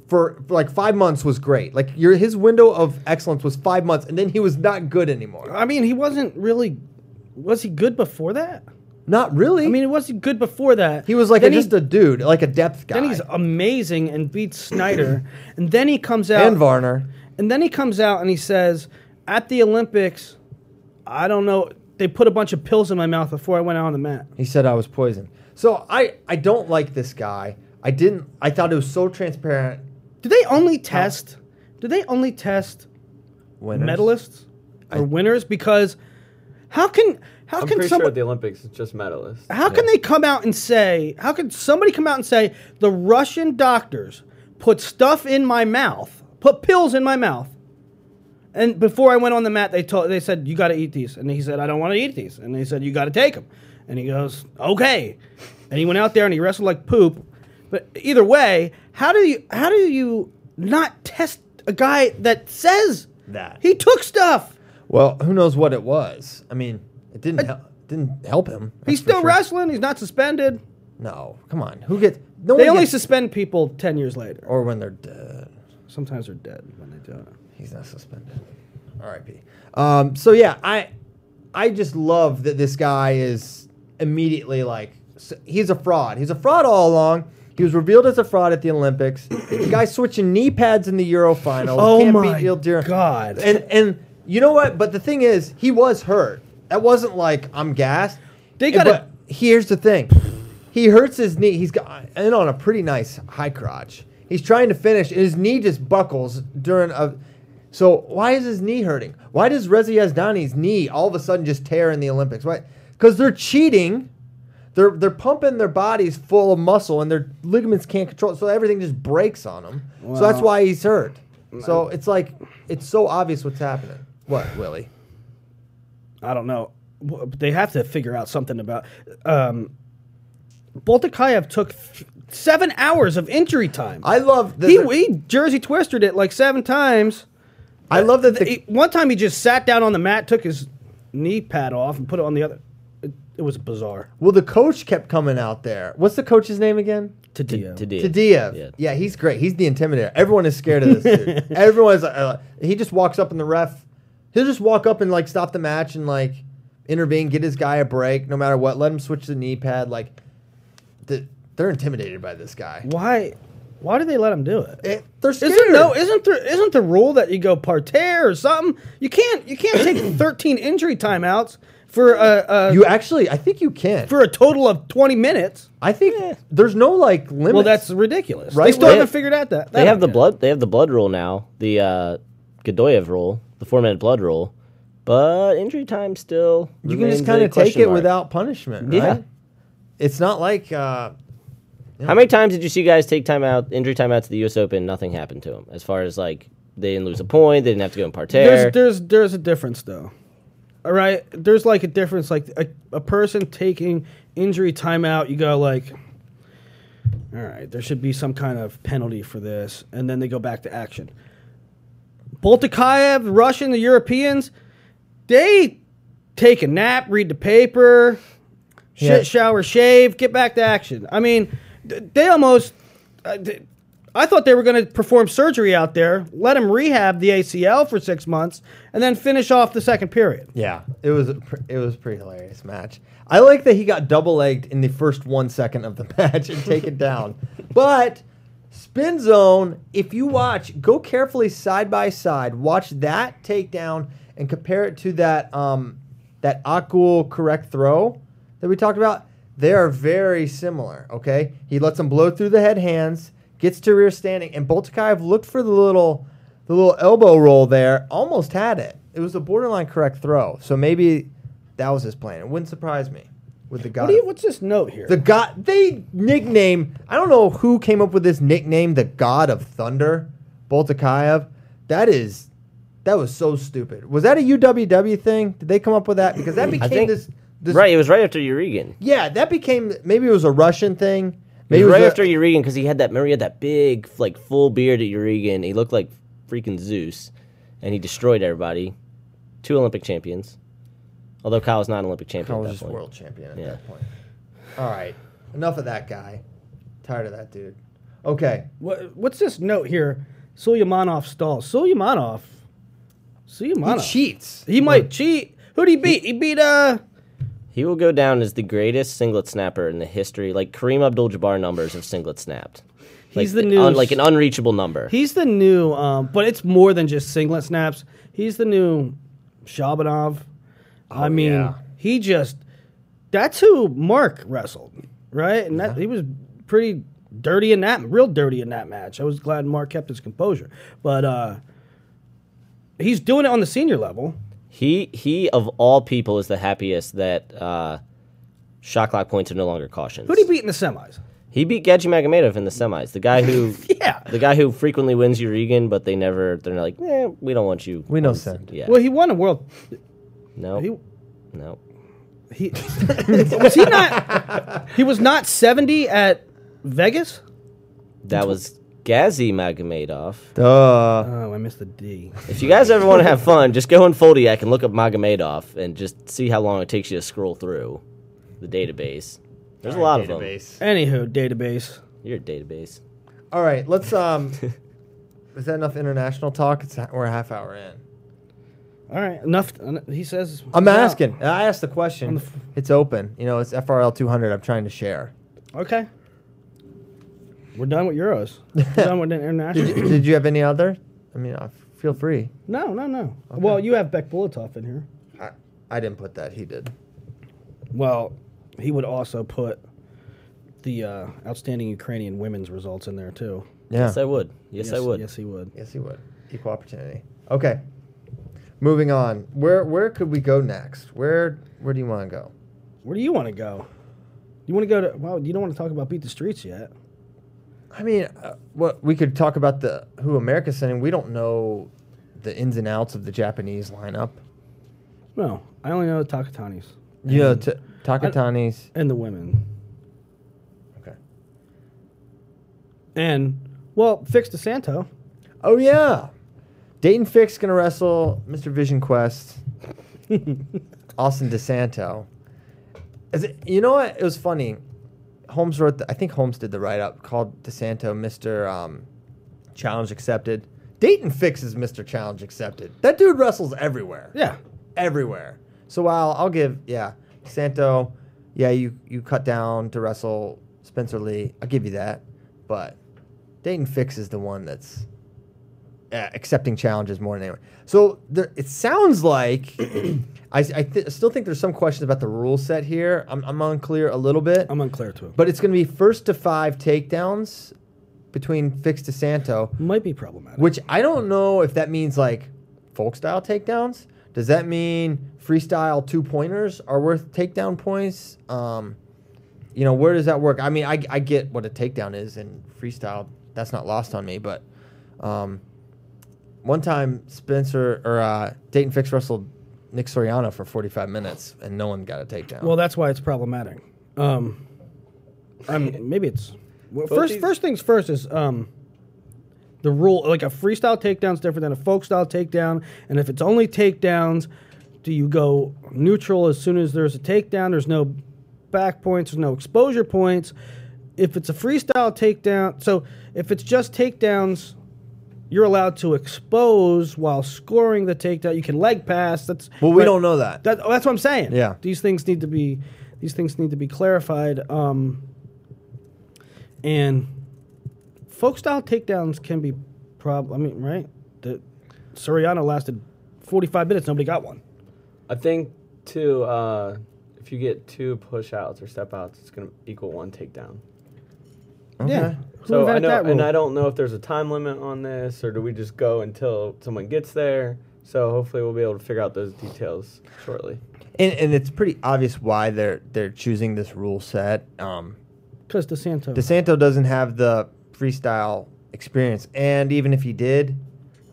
Speaker 2: for, for like five months was great. Like your his window of excellence was five months, and then he was not good anymore.
Speaker 3: I mean, he wasn't really. Was he good before that?
Speaker 2: Not really.
Speaker 3: I mean, he wasn't good before that.
Speaker 2: he was like a,
Speaker 3: Then he-
Speaker 2: just a dude, like a depth guy.
Speaker 3: Then he's amazing and beats Snyder, and then he comes out
Speaker 2: and Varner.
Speaker 3: And then he comes out and he says, "At the Olympics, I don't know. They put a bunch of pills in my mouth before I went out on the mat."
Speaker 2: He said I was poisoned. So I I don't like this guy. I didn't. I thought it was so transparent.
Speaker 3: Do they only test? Do they only test
Speaker 2: Winners.
Speaker 3: medalists or winners? Because how can how
Speaker 6: I'm
Speaker 3: can
Speaker 6: pretty sure
Speaker 3: someone
Speaker 6: at the Olympics it's just medalists.
Speaker 3: how can they come out and say how can somebody come out and say the Russian doctors put stuff in my mouth, put pills in my mouth, and before I went on the mat, they told they said you got to eat these, and he said I don't want to eat these, and they said you got to take them, and he goes okay, and he went out there and he wrestled like poop, but either way, how do you how do you not test a guy that says
Speaker 2: That.
Speaker 3: he took stuff?
Speaker 2: Well, who knows what it was? I mean, It didn't help. Didn't help him. that's
Speaker 3: He's
Speaker 2: for
Speaker 3: still
Speaker 2: sure.
Speaker 3: wrestling. He's not suspended.
Speaker 2: No, come on. Who gets? No
Speaker 3: They
Speaker 2: one
Speaker 3: only
Speaker 2: gets-
Speaker 3: suspend people ten years later.
Speaker 2: or when they're dead.
Speaker 3: Sometimes they're dead when they do it.
Speaker 2: He's not suspended. R.I.P. Um, so yeah, I I just love that this guy is immediately like s he's a fraud. He's a fraud all along. He was revealed as a fraud at the Olympics. the guy switching knee pads in the Euro final.
Speaker 3: Oh
Speaker 2: Can't
Speaker 3: my
Speaker 2: beat Neil Deer-
Speaker 3: God.
Speaker 2: And and you know what? But the thing is, he was hurt. That wasn't like I'm gassed.
Speaker 3: They gotta-
Speaker 2: But here's the thing. He hurts his knee. He's got in on a pretty nice high crotch. He's trying to finish, and his knee just buckles during a. So why is his knee hurting? Why does Rezi Yazdani's knee all of a sudden just tear in the Olympics? Why? Because they're cheating. They're they're pumping their bodies full of muscle, and their ligaments can't control it, so everything just breaks on them. so that's why he's hurt. So it's like it's so obvious what's happening. What Willie?
Speaker 3: I don't know. W- They have to figure out something about. Um, Boltikayev took f- seven hours of injury time.
Speaker 2: I love that.
Speaker 3: he,
Speaker 2: the-
Speaker 3: he jersey twisted it like seven times.
Speaker 2: I love that the,
Speaker 3: He- one time he just sat down on the mat, took his knee pad off, and put it on the other. It, it was bizarre.
Speaker 2: Well, the coach kept coming out there. What's the coach's name again?
Speaker 3: Tadio.
Speaker 5: Tadia.
Speaker 2: Tadia.
Speaker 5: Yeah.
Speaker 2: Yeah. he's great. He's the intimidator. Everyone is scared of this dude. Everyone's uh, he just walks up and the ref, he'll just walk up and like stop the match and like intervene, get his guy a break, no matter what. Let him switch the knee pad. Like, the, they're intimidated by this guy.
Speaker 3: Why? Why did they let him do it?
Speaker 2: Eh, they're scared.
Speaker 3: Isn't no? Isn't there? Isn't the rule that you go parterre or something? You can't. You can't take thirteen injury timeouts for a, a
Speaker 2: you actually, I think you can.
Speaker 3: for a total of twenty minutes.
Speaker 2: I think there's no like limit.
Speaker 3: Well, that's ridiculous. They
Speaker 2: Right?
Speaker 3: still
Speaker 2: They-
Speaker 3: haven't figured out that.
Speaker 5: They have the blood. They have the blood rule now. The uh, Godoyev rule, the four minute blood rule, but injury time still.
Speaker 2: you can just kind
Speaker 5: kind
Speaker 2: of take it without punishment.
Speaker 5: Yeah.
Speaker 2: Right? It's not like. uh
Speaker 5: How many times did you see guys take time out, injury time out to the U.S. Open? Nothing happened to them. As far as like they didn't lose a point, they didn't have to go in parterre.
Speaker 3: There's there's there's a difference though. All right, there's like a difference. Like a, a person taking injury timeout, you go like, all right, there should be some kind of penalty for this, and then they go back to action. Boltikayev, Russian, the Europeans, they take a nap, read the paper, shit,
Speaker 2: Yeah.
Speaker 3: shower, shave, get back to action. I mean, th- they almost. I th- I thought they were going to perform surgery out there, let him rehab the ACL for six months, and then finish off the second period.
Speaker 2: Yeah, it was a pr- it was a pretty hilarious match. I like that he got double legged in the first one second of the match and taken down. But spin zone, if you watch, go carefully side by side. Watch that takedown and compare it to that um that Akul correct throw that we talked about. They are very similar. Okay, he lets him blow through the head hands, gets to rear standing, and Boltikayev looked for the little the little elbow roll there almost had it. It was a borderline correct throw, so maybe that was his plan. It wouldn't surprise me with the guy.
Speaker 3: What do you, what's this note here?
Speaker 2: the god they nickname. I don't know who came up with this nickname, the God of Thunder, Boltikayev. That is, that was so stupid. Was that a UWW thing? Did they come up with that? Because that became
Speaker 5: think-
Speaker 2: this, this
Speaker 5: right, it was right after Euregan.
Speaker 2: Yeah, that became maybe it was a Russian thing. Maybe it
Speaker 5: It was
Speaker 2: was
Speaker 5: right
Speaker 2: a-
Speaker 5: after Euregan because he had that. Remember, he had that big, like full beard at Euregan. He looked like freaking Zeus, and he destroyed everybody. Two Olympic champions. Although Kyle's not an Olympic
Speaker 2: I
Speaker 5: champion. at
Speaker 2: was
Speaker 5: that
Speaker 2: just
Speaker 5: point.
Speaker 2: world champion at
Speaker 5: Yeah.
Speaker 2: that point. All right, enough of that guy. Tired of that dude. Okay,
Speaker 3: What, what's this note here? Sulimanov stalls. Sulimanov.
Speaker 2: he
Speaker 3: Sulimanov.
Speaker 2: cheats.
Speaker 3: He might cheat. Who'd he beat? He beat uh
Speaker 5: He will go down as the greatest singlet snapper in the history, like Kareem Abdul-Jabbar numbers of singlet snapped. Like,
Speaker 3: He's the new
Speaker 5: un- like an unreachable number.
Speaker 3: he's the new um but it's more than just singlet snaps. He's the new Shabanov. I mean,
Speaker 2: yeah.
Speaker 3: he just that's who Mark wrestled, right? And that he was pretty dirty in that real dirty in that match. I was glad Mark kept his composure. But uh he's doing it on the senior level.
Speaker 5: he he of all people is the happiest that uh, shot clock points are no longer cautions.
Speaker 3: Who'd he beat in the semis?
Speaker 5: He beat Gaji Magomedov in the semis. The guy who
Speaker 3: Yeah.
Speaker 5: the guy who frequently wins Euregan, but they never they're like, eh, we don't want you.
Speaker 2: We know
Speaker 5: on the-
Speaker 2: Send.
Speaker 5: Yeah.
Speaker 3: Well, he won a world.
Speaker 5: no.
Speaker 3: He
Speaker 5: no.
Speaker 3: He was he not he was not seventy at Vegas.
Speaker 5: That was Gazi Magomedov.
Speaker 2: Duh.
Speaker 3: Oh, I missed the D.
Speaker 5: If you guys ever want to have fun, just go on Foldiac and look up Magomedov and just see how long it takes you to scroll through the database. There's a lot of them.
Speaker 3: Anywho, database.
Speaker 5: Your database.
Speaker 2: All right, let's. Um, is that enough international talk? It's we're a half hour in.
Speaker 3: All right, enough. en- He says.
Speaker 2: I'm
Speaker 3: Yeah.
Speaker 2: asking. I asked the question.
Speaker 3: the f-
Speaker 2: it's open. You know, it's FRL 200. I'm trying to share.
Speaker 3: Okay. We're done with euros. We're done with international.
Speaker 2: Did you have any other? I mean, uh, feel free.
Speaker 3: No, no, no. Well, you have Beck Bulatoff in here.
Speaker 2: I, I didn't put that. He did.
Speaker 3: Well, he would also put the uh, outstanding Ukrainian women's results in there too.
Speaker 2: Yeah.
Speaker 5: Yes, I would. Yes, I would.
Speaker 3: Yes, he would.
Speaker 2: yes, he would. Equal opportunity. Okay. Moving on. Where where could we go next? Where where do you want to go?
Speaker 3: Where do you want to go? You want to go to? Well, you don't want to talk about beat the streets yet.
Speaker 2: I mean, uh, what we could talk about the who America's sending. We don't know the ins and outs of the Japanese lineup.
Speaker 3: No, I only know the Takatani's
Speaker 2: Yeah, t- Takatani's.
Speaker 3: and the women.
Speaker 2: Okay.
Speaker 3: And well, fix DeSanto.
Speaker 2: Oh yeah, Dayton Fix gonna wrestle Mr. Vision Quest, Austin DeSanto. Is it, you know what? It was funny. Holmes wrote. The, I think Holmes did the write up called DeSanto Mr. Um, Challenge Accepted. Dayton Fix is Mr. Challenge Accepted. That dude wrestles everywhere.
Speaker 3: Yeah.
Speaker 2: everywhere. So while I'll give yeah Santo, yeah you you cut down to wrestle Spencer Lee. I'll give you that, but Dayton Fix is the one that's uh, accepting challenges more than anyone. So there, it sounds like I, I th- still think there's some questions about the rule set here. I'm, I'm unclear a little bit,
Speaker 3: I'm unclear to him.
Speaker 2: but it's going to be first to five takedowns between Fix to Santo.
Speaker 3: Might be problematic.
Speaker 2: Which I don't know if that means like folk style takedowns. Does that mean freestyle two pointers are worth takedown points? Um, you know, where does that work? I mean, I, I get what a takedown is and freestyle. That's not lost on me. But um, one time Spencer or uh, Dayton Fix wrestled Nick Soriano for 45 minutes and no one got a takedown.
Speaker 3: Well, that's why it's problematic. Um, I mean, maybe it's well, first. First things first is um, the rule. Like a freestyle takedown is different than a folk style takedown, and if it's only takedowns, do you go neutral as soon as there's a takedown? There's no back points. There's no exposure points. If it's a freestyle takedown, so if it's just takedowns, you're allowed to expose while scoring the takedown. You can leg pass. That's
Speaker 2: Well, we
Speaker 3: but-
Speaker 2: don't know that.
Speaker 3: that, oh, that's what I'm saying.
Speaker 2: Yeah.
Speaker 3: These things need to be these things need to be clarified. Um, and folk style takedowns can be prob I mean, right? The Soriano lasted 45 minutes. Nobody got one.
Speaker 6: I think too. Uh, if you get two push outs or step outs, it's gonna equal one takedown.
Speaker 3: Yeah. Who
Speaker 6: So I
Speaker 3: invented
Speaker 6: know,
Speaker 3: that rule?
Speaker 6: and I don't know if there's a time limit on this, or do we just go until someone gets there? So hopefully we'll be able to figure out those details shortly.
Speaker 2: And, and it's pretty obvious why they're they're choosing this rule set. Um,
Speaker 3: Because DeSanto.
Speaker 2: DeSanto doesn't have the freestyle experience, and even if he did,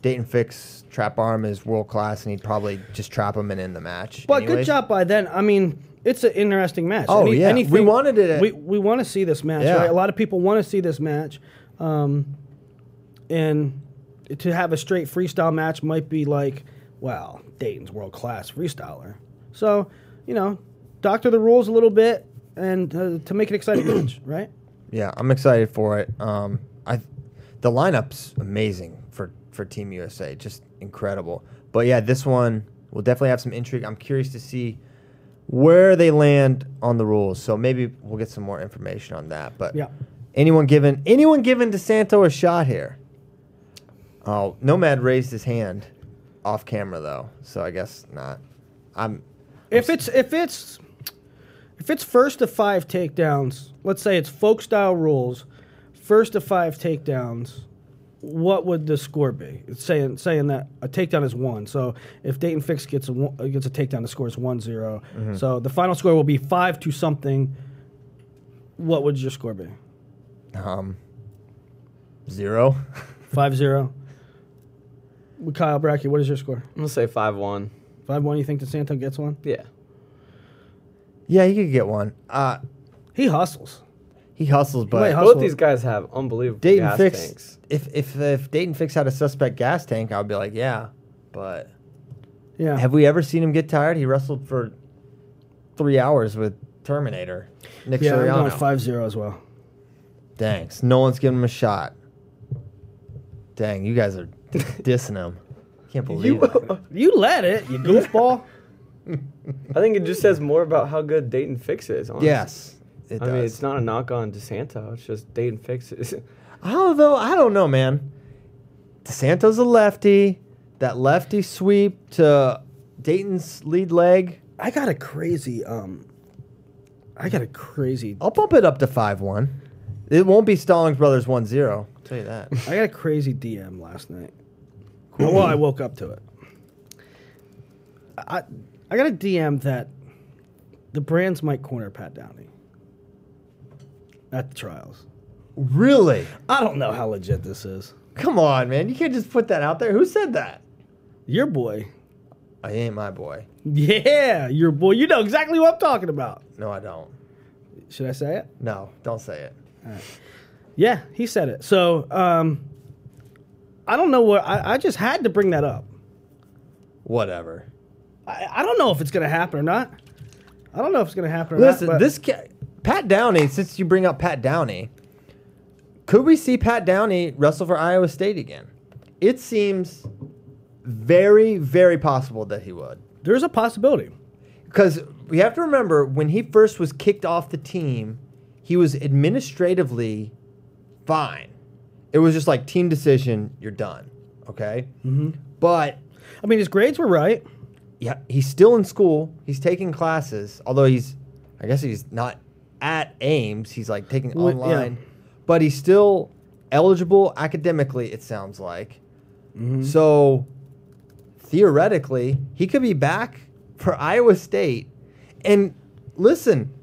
Speaker 2: Dayton Fix trap arm is world class, and he'd probably just trap him and end the match.
Speaker 3: but good
Speaker 2: anyways.
Speaker 3: job by then. I mean, it's an interesting match.
Speaker 2: Oh, yeah. We wanted it at-
Speaker 3: we we want to see this match.
Speaker 2: Yeah.
Speaker 3: Right? A lot of people want to see this match, um, and to have a straight freestyle match might be like, well, Dayton's world class freestyler. So, you know, doctor the rules a little bit and uh, to make it exciting match, right?
Speaker 2: Yeah, I'm excited for it. Um, I, the lineup's amazing for for Team USA, just incredible. But yeah, this one will definitely have some intrigue. I'm curious to see where they land on the rules. So maybe we'll get some more information on that. But
Speaker 3: Yeah.
Speaker 2: anyone given anyone given DeSanto a shot here? Oh, Nomad raised his hand off camera though, so I guess not. I'm
Speaker 3: If it's if it's if it's first to five takedowns, let's say it's folk style rules, first to five takedowns, what would the score be? It's saying saying that a takedown is one. So if Dayton Fix gets a one, uh, gets a takedown, the score is one zero. So the final score will be five to something. What would your score be?
Speaker 2: um zero.
Speaker 3: Five zero. With Kyle Brackey, what is your score?
Speaker 6: I'm gonna say five one.
Speaker 3: Five one. You think that Santo gets one?
Speaker 6: Yeah.
Speaker 2: yeah, you could get one. Uh
Speaker 3: He hustles.
Speaker 2: He hustles, but
Speaker 3: Wait, hustle.
Speaker 6: Both these guys have unbelievable
Speaker 2: Dayton
Speaker 6: gas
Speaker 2: Fix.
Speaker 6: tanks.
Speaker 2: If if if Dayton Fix had a suspect gas tank, I would be like, yeah. But
Speaker 3: Yeah.
Speaker 2: have we ever seen him get tired? He wrestled for three hours with Terminator. Nick
Speaker 3: yeah, I'm going
Speaker 2: Soriano.
Speaker 3: 5 0 as well.
Speaker 2: Thanks. No one's giving him a shot. Dang, you guys are dissing him. Can't believe it.
Speaker 3: You let it, you goofball.
Speaker 6: I think it just says more about how good Dayton Fix is. Honestly.
Speaker 2: Yes, it
Speaker 6: I
Speaker 2: does.
Speaker 6: mean, it's not a knock on DeSanto. It's just Dayton Fix is.
Speaker 2: Although I don't know, man. DeSanto's a lefty. That lefty sweep to Dayton's lead leg.
Speaker 3: I got a crazy, um, I got a crazy,
Speaker 2: I'll bump it up to five one. It won't be Stallings Brothers 1-0. I'll tell you that.
Speaker 3: I got a crazy DM last night. Well, I woke up to it. I, I got a DM that the brands might corner Pat Downey at the trials.
Speaker 2: really?
Speaker 3: I don't know how legit this is.
Speaker 2: Come on, man. You can't just put that out there. Who said that?
Speaker 3: Your boy.
Speaker 2: I ain't my boy.
Speaker 3: Yeah, your boy. You know exactly what I'm talking about.
Speaker 2: No, I don't.
Speaker 3: Should I say it?
Speaker 2: No, don't say it.
Speaker 3: Yeah, he said it. So um, I don't know what I, I just had to bring that up.
Speaker 2: Whatever.
Speaker 3: I, I don't know if it's going to happen or not. I don't know if it's going to happen or
Speaker 2: Listen,
Speaker 3: not. but-
Speaker 2: this ca- Pat Downey. Since you bring up Pat Downey, could we see Pat Downey wrestle for Iowa State again? It seems very, very possible that he would,
Speaker 3: there's a possibility.
Speaker 2: because we have to remember when he first was kicked off the team, he was administratively fine. It was just like team decision, you're done, okay? Mm-hmm. But
Speaker 3: I mean, his grades were right.
Speaker 2: yeah, he's still in school. He's taking classes, although he's, I guess he's not at Ames. He's like taking
Speaker 3: Well, yeah.
Speaker 2: online, but he's still eligible academically. It sounds like.
Speaker 3: Mm-hmm.
Speaker 2: So theoretically, he could be back for Iowa State, and listen,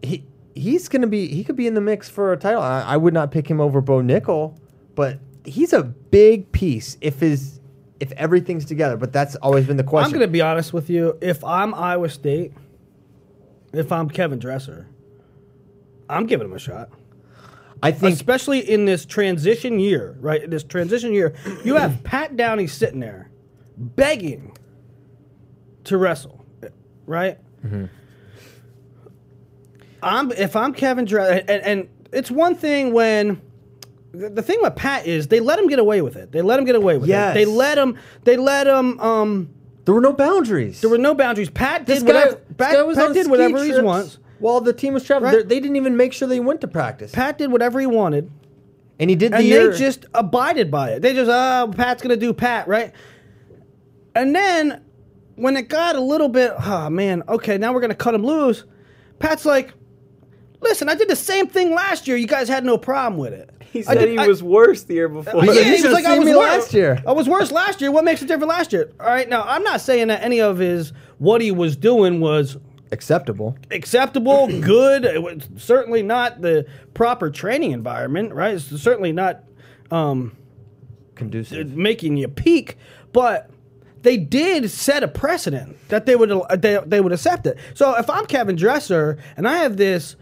Speaker 2: he he's gonna be he could be in the mix for a title. I, I would not pick him over Bo Nickel, but he's a big piece if his if everything's together. But that's always been the question.
Speaker 3: I'm going to be honest with you. If I'm Iowa State, if I'm Kevin Dresser, I'm giving him a shot.
Speaker 2: I think
Speaker 3: Especially in this transition year, right? In this transition year, you have Pat Downey sitting there begging to wrestle, right?
Speaker 2: Mm-hmm.
Speaker 3: I'm if I'm Kevin Dre, and, and it's one thing when the, the thing with Pat is they let him get away with it. They let him get away with
Speaker 2: Yes.
Speaker 3: it. They let him. They let him. Um,
Speaker 2: there were no boundaries.
Speaker 3: there were no boundaries. Pat did
Speaker 2: This guy,
Speaker 3: whatever.
Speaker 2: this
Speaker 3: Pat,
Speaker 2: guy was
Speaker 3: Pat
Speaker 2: on
Speaker 3: did
Speaker 2: ski
Speaker 3: whatever he
Speaker 2: trips
Speaker 3: wants.
Speaker 2: While the team was traveling,
Speaker 3: Right.
Speaker 2: They- they didn't even make sure they went to practice.
Speaker 3: Pat did whatever he wanted.
Speaker 2: and he did the
Speaker 3: and
Speaker 2: year.
Speaker 3: they just abided by it. They just, oh, Pat's gonna do Pat, right? And then when it got a little bit, oh man, okay, now we're gonna cut him loose. Pat's like, listen, I did the same thing last year. You guys had no problem with it.
Speaker 6: He
Speaker 3: I
Speaker 6: said
Speaker 3: did-
Speaker 6: he
Speaker 3: I-
Speaker 6: was worse the year before.
Speaker 2: But
Speaker 3: yeah,
Speaker 2: you
Speaker 3: he was
Speaker 2: should've
Speaker 3: like, I
Speaker 2: seen
Speaker 3: was
Speaker 2: me
Speaker 3: worse.
Speaker 2: last year.
Speaker 3: I was worse last year. What makes it different last year? All right, now I'm not saying that any of his what he was doing was
Speaker 2: acceptable.
Speaker 3: acceptable, good. It was certainly not the proper training environment, right? It's certainly not um,
Speaker 2: Conducive.
Speaker 3: uh, making you peak, but they did set a precedent that they would uh, they, they would accept it. So if I'm Kevin Dresser and I have this,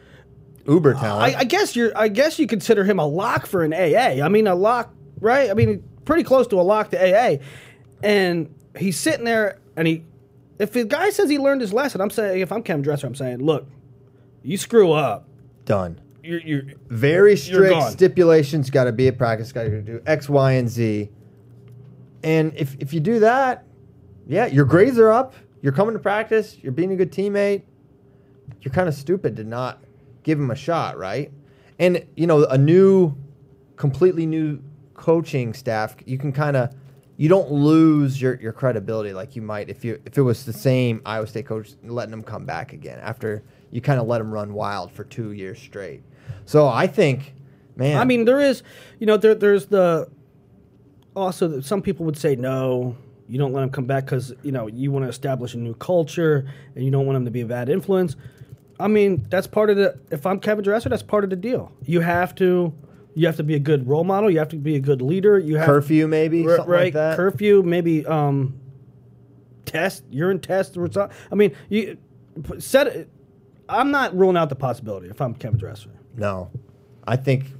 Speaker 2: Uber talent.
Speaker 3: I, I guess you're I guess you consider him a lock for an AA. I mean a lock, right? I mean pretty close to a lock to AA, and he's sitting there and he. If the guy says he learned his lesson, I'm saying if I'm Kevin Dresser, I'm saying, look, you screw up,
Speaker 2: Done.
Speaker 3: you're, you're
Speaker 2: very strict
Speaker 3: gone.
Speaker 2: stipulations. Got to be at practice. Got to do X, Y, and Z. And if if you do that, yeah, your grades are up. You're coming to practice. You're being a good teammate. You're kind of stupid to not give him a shot, right? And you know, a new, completely new coaching staff. You can kind of you don't lose your, your credibility like you might if you if it was the same Iowa State coach letting him come back again after you kind of let him run wild for two years straight. So I think, man,
Speaker 3: I mean, there is, you know, there, there's the also that some people would say no, you don't let him come back because you know you want to establish a new culture and you don't want him to be a bad influence. I mean, that's part of the. If I'm Kevin Dresser, that's part of the deal. You have to, you have to be a good role model. You have to be a good leader. You have
Speaker 2: curfew maybe
Speaker 3: Right,
Speaker 2: something like
Speaker 3: right,
Speaker 2: that.
Speaker 3: curfew, maybe um, test urine test or something. I mean, you p- set. it- I'm not ruling out the possibility if I'm Kevin Dresser.
Speaker 2: No, I think.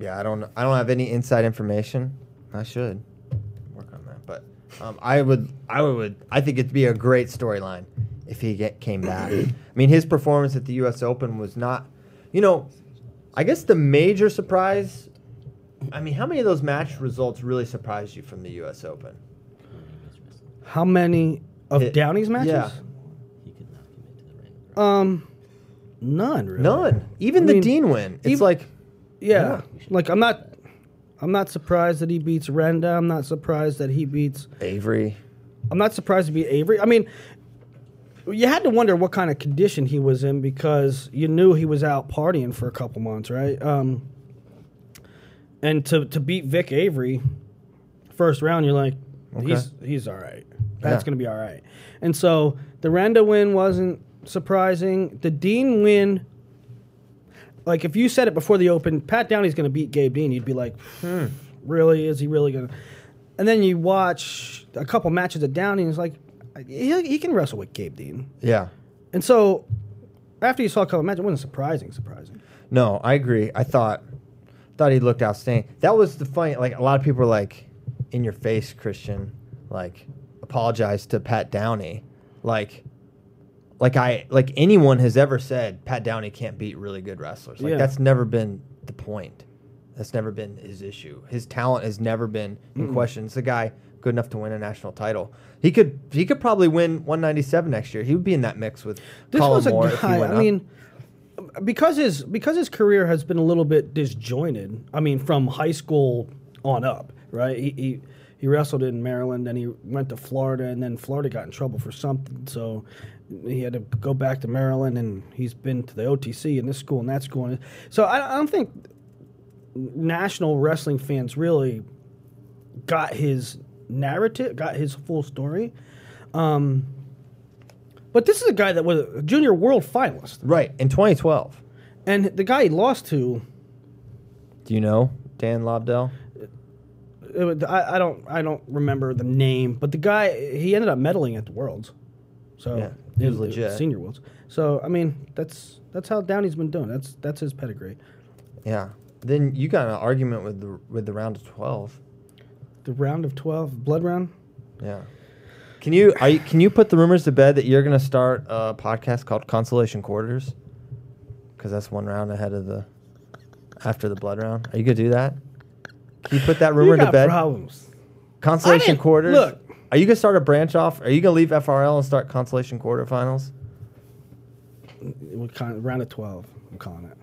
Speaker 2: Yeah, I don't. I don't have any inside information. I should work on that, but um, I would. I would. I think it'd be a great storyline if he get, came back. I mean, his performance at the U.S. Open was not. You know, I guess the major surprise. I mean, how many of those match results really surprised you from the U.S. Open?
Speaker 3: How many of
Speaker 2: It-
Speaker 3: Downey's matches?
Speaker 2: yeah.
Speaker 3: Um, none. Really.
Speaker 2: None. Even
Speaker 3: I
Speaker 2: the
Speaker 3: mean,
Speaker 2: Dean win. It's
Speaker 3: even-
Speaker 2: like
Speaker 3: Yeah. Like I'm not. I'm not surprised that he beats Renda. I'm not surprised that he beats.
Speaker 2: Avery.
Speaker 3: I'm not surprised to beat Avery. I mean, you had to wonder what kind of condition he was in because you knew he was out partying for a couple months, right? Um, and to to beat Vic Avery first round, you're like, he's he's all right. That's
Speaker 2: Yeah.
Speaker 3: gonna be all right. And so the Randa win wasn't surprising. The Dean win, like if you said it before the Open, Pat Downey's gonna beat Gabe Dean, you'd be like, hmm, really? Is he really gonna? And then you watch a couple matches of Downey, and it's like, he, he can wrestle with Gabe Dean.
Speaker 2: Yeah.
Speaker 3: And so after you saw a couple matches, it wasn't surprising. Surprising.
Speaker 2: No, I agree. I thought thought he looked outstanding. That was the funny. Like a lot of people were like, "In your face, Christian!" Like apologize to Pat Downey. Like, like I like anyone has ever said Pat Downey can't beat really good wrestlers. Like
Speaker 3: Yeah.
Speaker 2: that's never been the point. That's never been his issue. His talent has never been in question. It's a guy good enough to win a national title. He could he could probably win 197 next year. He would be in that mix with
Speaker 3: This
Speaker 2: Colin
Speaker 3: was a
Speaker 2: Moore if he
Speaker 3: guy.
Speaker 2: went
Speaker 3: I
Speaker 2: up.
Speaker 3: mean, because his because his career has been a little bit disjointed. I mean, from high school on up, right? He he, he wrestled in Maryland, then he went to Florida, and then Florida got in trouble for something, so he had to go back to Maryland, and he's been to the OTC and this school and that school. And so I, I don't think national wrestling fans really got his narrative, got his full story. Um, but this is a guy that was a junior world finalist,
Speaker 2: right in 2012.
Speaker 3: and the guy he lost to,
Speaker 2: Do you know Dan Lobdell?
Speaker 3: it was- I, I don't, I don't remember the name, but the guy he ended up medaling at the worlds, so
Speaker 2: Yeah, he was
Speaker 3: in-
Speaker 2: legit.
Speaker 3: senior worlds. So I mean, that's that's how Downey's been doing. That's that's his pedigree.
Speaker 2: Yeah. Then you got in an argument with the with the round of twelve.
Speaker 3: The round of twelve, blood round.
Speaker 2: Yeah. Can you, are you can you put the rumors to bed that you're going to start a podcast called Consolation Quarters? Because that's one round ahead of the after the blood round. Are you going to do that? Can you put that rumor
Speaker 3: you
Speaker 2: to
Speaker 3: got
Speaker 2: bed?
Speaker 3: problems. I
Speaker 2: Consolation
Speaker 3: didn't-
Speaker 2: Quarters.
Speaker 3: look.
Speaker 2: Are you going to start a branch off? Are you going to leave FRL and start Consolation Quarterfinals?
Speaker 3: We kind of, round of twelve. I'm calling it.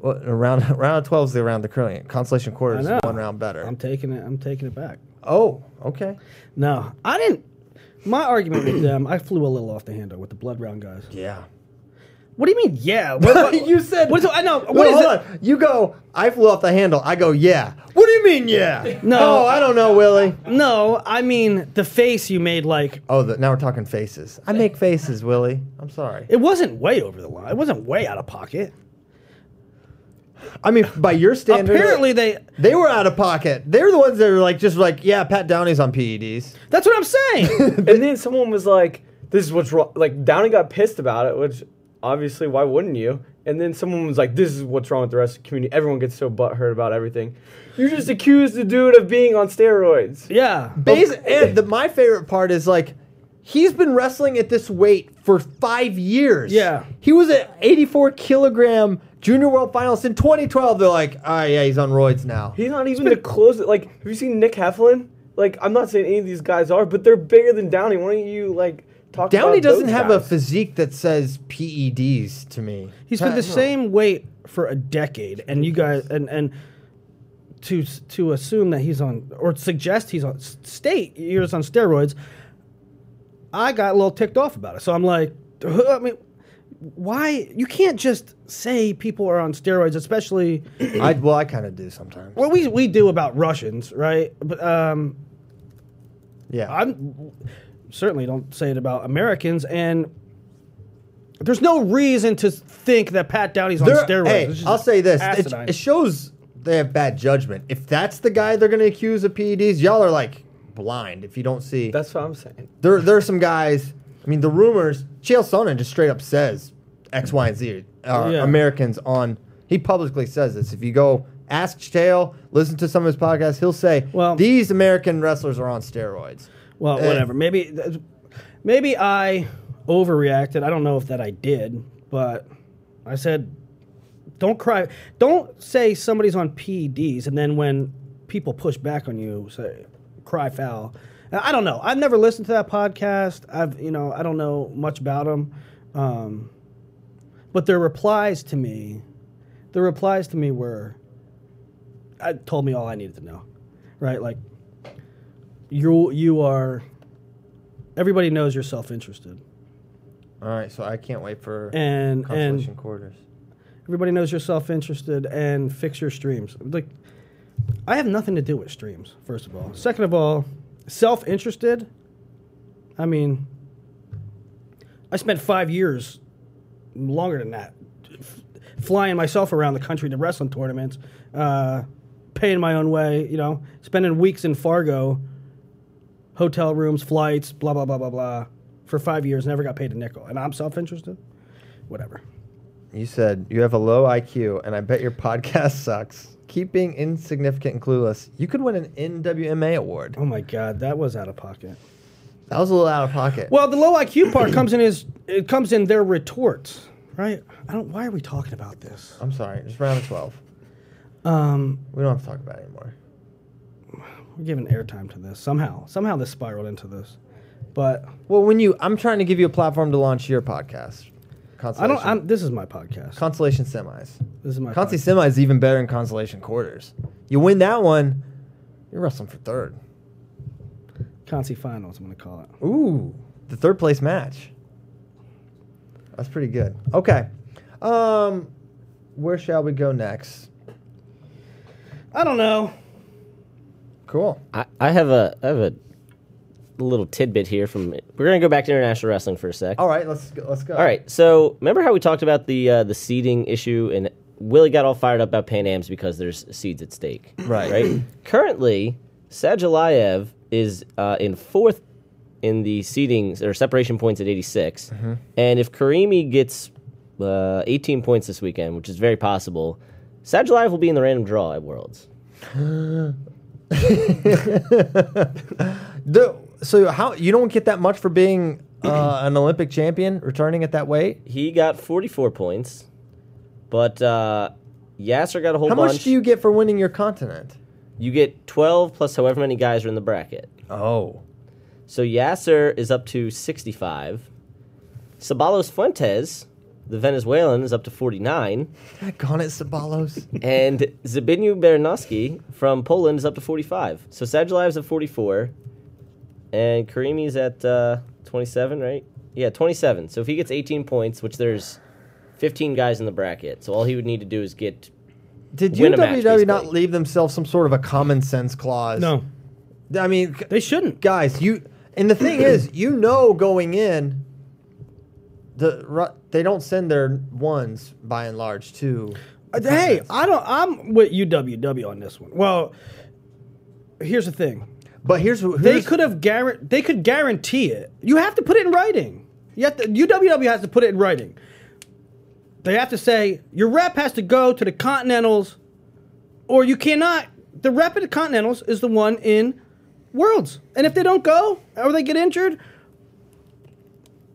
Speaker 2: Well, round round of twelve is the round of curling. Consolation Quarters
Speaker 3: know.
Speaker 2: is one round better.
Speaker 3: I'm taking it. I'm taking it back.
Speaker 2: oh, okay.
Speaker 3: No, I didn't. My argument with them, I flew a little off the handle with the blood round guys.
Speaker 2: Yeah.
Speaker 3: What do you mean? Yeah, What- what-
Speaker 2: You said-
Speaker 3: What is, I know.
Speaker 2: Wait,
Speaker 3: What is
Speaker 2: hold
Speaker 3: it?
Speaker 2: on. You go, I flew off the handle. I go, yeah. What do you mean, yeah?
Speaker 3: No.
Speaker 2: Oh, I don't know, Willie.
Speaker 3: No, I mean the face you made. Like
Speaker 2: Oh, the, now we're talking faces. I make faces, Willie. I'm sorry.
Speaker 3: it wasn't way over the line. It wasn't way out of pocket.
Speaker 2: I mean, by your standards.
Speaker 3: Apparently they.
Speaker 2: They were out of pocket. They're the ones that are like, just like, yeah, Pat Downey's on E PEDs.
Speaker 3: That's what I'm saying.
Speaker 6: And then someone was like, "This is what's wrong." Like Downey got pissed about it, which obviously, why wouldn't you? And then someone was like, "This is what's wrong with the rest of the community. Everyone gets so butthurt about everything." You just accused the dude of being on steroids.
Speaker 3: yeah.
Speaker 2: Bas- and the, my favorite part is like, he's been wrestling at this weight for five years.
Speaker 3: Yeah.
Speaker 2: He was an 84 kilogram junior world finalist in 2012. They're like, ah, yeah, he's on roids now.
Speaker 6: He's not even the closest. Like, have you seen Nick Heflin? Like, I'm not saying any of these guys are, but they're bigger than Downey. Why don't you like talk?
Speaker 2: Downey
Speaker 6: about those
Speaker 2: doesn't have a
Speaker 6: guys?
Speaker 2: physique that says PEDs to me.
Speaker 3: He's been
Speaker 2: Pat-
Speaker 3: the same weight for a decade, and you guys and and to to assume that he's on or suggest he's on state years on steroids. I got a little ticked off about it, so I'm like, I mean, why you can't just say people are on steroids, especially
Speaker 2: I well, I kind of do sometimes.
Speaker 3: what we we do about Russians, right? But um,
Speaker 2: Yeah,
Speaker 3: I'm certainly don't say it about Americans and. There's no reason to think that Pat Downey's on
Speaker 2: They're-
Speaker 3: steroids.
Speaker 2: Hey,
Speaker 3: It's just
Speaker 2: I'll say this: it,
Speaker 3: asinine.
Speaker 2: it shows they have bad judgment. If that's the guy they're going to accuse of PEDs, y'all are like blind if you don't see.
Speaker 6: That's what I'm saying.
Speaker 2: there, there are some guys. I mean, the rumors. Chael Sonnen just straight up says X, Y, and Z are
Speaker 3: Yeah.
Speaker 2: Americans on. He publicly says this. If you go ask Chael, listen to some of his podcasts, he'll say,
Speaker 3: Well-
Speaker 2: these American wrestlers are on steroids."
Speaker 3: Well,
Speaker 2: Eh.
Speaker 3: whatever. Maybe, maybe I overreacted. I don't know if that I did, but I said, "Don't cry. Don't say somebody's on PEDs." And then when people push back on you, say, "Cry foul." And I don't know. I've never listened to that podcast. I've you know I don't know much about them, um, but their replies to me, their replies to me were, I told me all I needed to know, right? Like you you are everybody knows you're self-interested
Speaker 2: All right, so I can't wait for
Speaker 3: and
Speaker 2: consolation
Speaker 3: and
Speaker 2: quarters.
Speaker 3: everybody knows you're self-interested and fix your streams like i have nothing to do with streams first of all second of all self-interested i mean i spent five years longer than that f- flying myself around the country to wrestling tournaments uh, paying my own way you know spending weeks in fargo hotel rooms, flights, blah blah blah blah blah, for five years, never got paid a nickel, and I'm self-interested. Whatever.
Speaker 2: You said you have a low IQ, and I bet your podcast sucks. Keep being insignificant and clueless. You could win an NWMA award.
Speaker 3: Oh my god, that was out of pocket.
Speaker 2: That was a little out of pocket.
Speaker 3: Well, the low IQ part comes in is it comes in their retorts, right? I don't. Why are we talking about this?
Speaker 2: I'm sorry. Just round of twelve.
Speaker 3: Um,
Speaker 2: We don't have to talk about it anymore.
Speaker 3: we're giving airtime to this somehow. Somehow this spiraled into this, but
Speaker 2: Well, when you, I'm trying to give you a platform to launch your podcast.
Speaker 3: I
Speaker 2: Consolation,
Speaker 3: don't. I'm, this is my podcast.
Speaker 2: consolation semis.
Speaker 3: This is my.
Speaker 2: Consi
Speaker 3: podcast.
Speaker 2: semi is even better than consolation quarters. You win that one, you're wrestling for third.
Speaker 3: Consi finals. I'm gonna call it.
Speaker 2: Ooh, the third place match. That's pretty good. Okay, um, where shall we go next?
Speaker 3: I don't know.
Speaker 2: Cool.
Speaker 5: I, I have a I have a little tidbit here from we're gonna go back to international wrestling for a sec.
Speaker 2: All right, let's go, let's go.
Speaker 5: All right. So remember how we talked about the uh, the seeding issue, and Willie got all fired up about Pan Am's because there's seeds at stake.
Speaker 2: Right.
Speaker 5: Right. Currently, Sajalayev is uh, in fourth in the seedings or separation points at 86, and if Karimi gets uh, 18 points this weekend, which is very possible, Sajalayev will be in the random draw at Worlds.
Speaker 2: The, so how you don't get that much for being uh, an Olympic champion returning at that weight?
Speaker 5: He got 44 points, but uh, Yasser got a whole
Speaker 2: How
Speaker 5: bunch.
Speaker 2: much do you get for winning your continent?
Speaker 5: You get 12 plus however many guys are in the bracket.
Speaker 2: Oh.
Speaker 5: So Yasser is up to 65. Sabalos Fuentes, the Venezuelan, is up to 49.
Speaker 2: Gone at Sabalos.
Speaker 5: And Zbigniew Bernowski from Poland is up to 45. So Sajalayev is at 44. And Karimi's at uh, 27, right? Yeah, 27. So if he gets 18 points, which there's 15 guys in the bracket, so all he would need to do is get.
Speaker 2: Did
Speaker 5: Win a match,
Speaker 2: UWW not
Speaker 5: basically.
Speaker 2: leave themselves some sort of a common sense clause?
Speaker 3: No,
Speaker 2: I mean, c-
Speaker 3: they shouldn't.
Speaker 2: guys, you and the thing is, you know, going in, the Ru- they don't send their ones by and large to.
Speaker 3: Uh, Hey, I don't. I'm with UWW on this one. Well, here's the thing.
Speaker 2: But here's who
Speaker 3: They could have guaran- They could guarantee it. You have to put it in writing. You have to, UWW has to put it in writing. They have to say your rep has to go to the Continentals, or you cannot. The rep at the Continentals is the one in Worlds, and if they don't go or they get injured,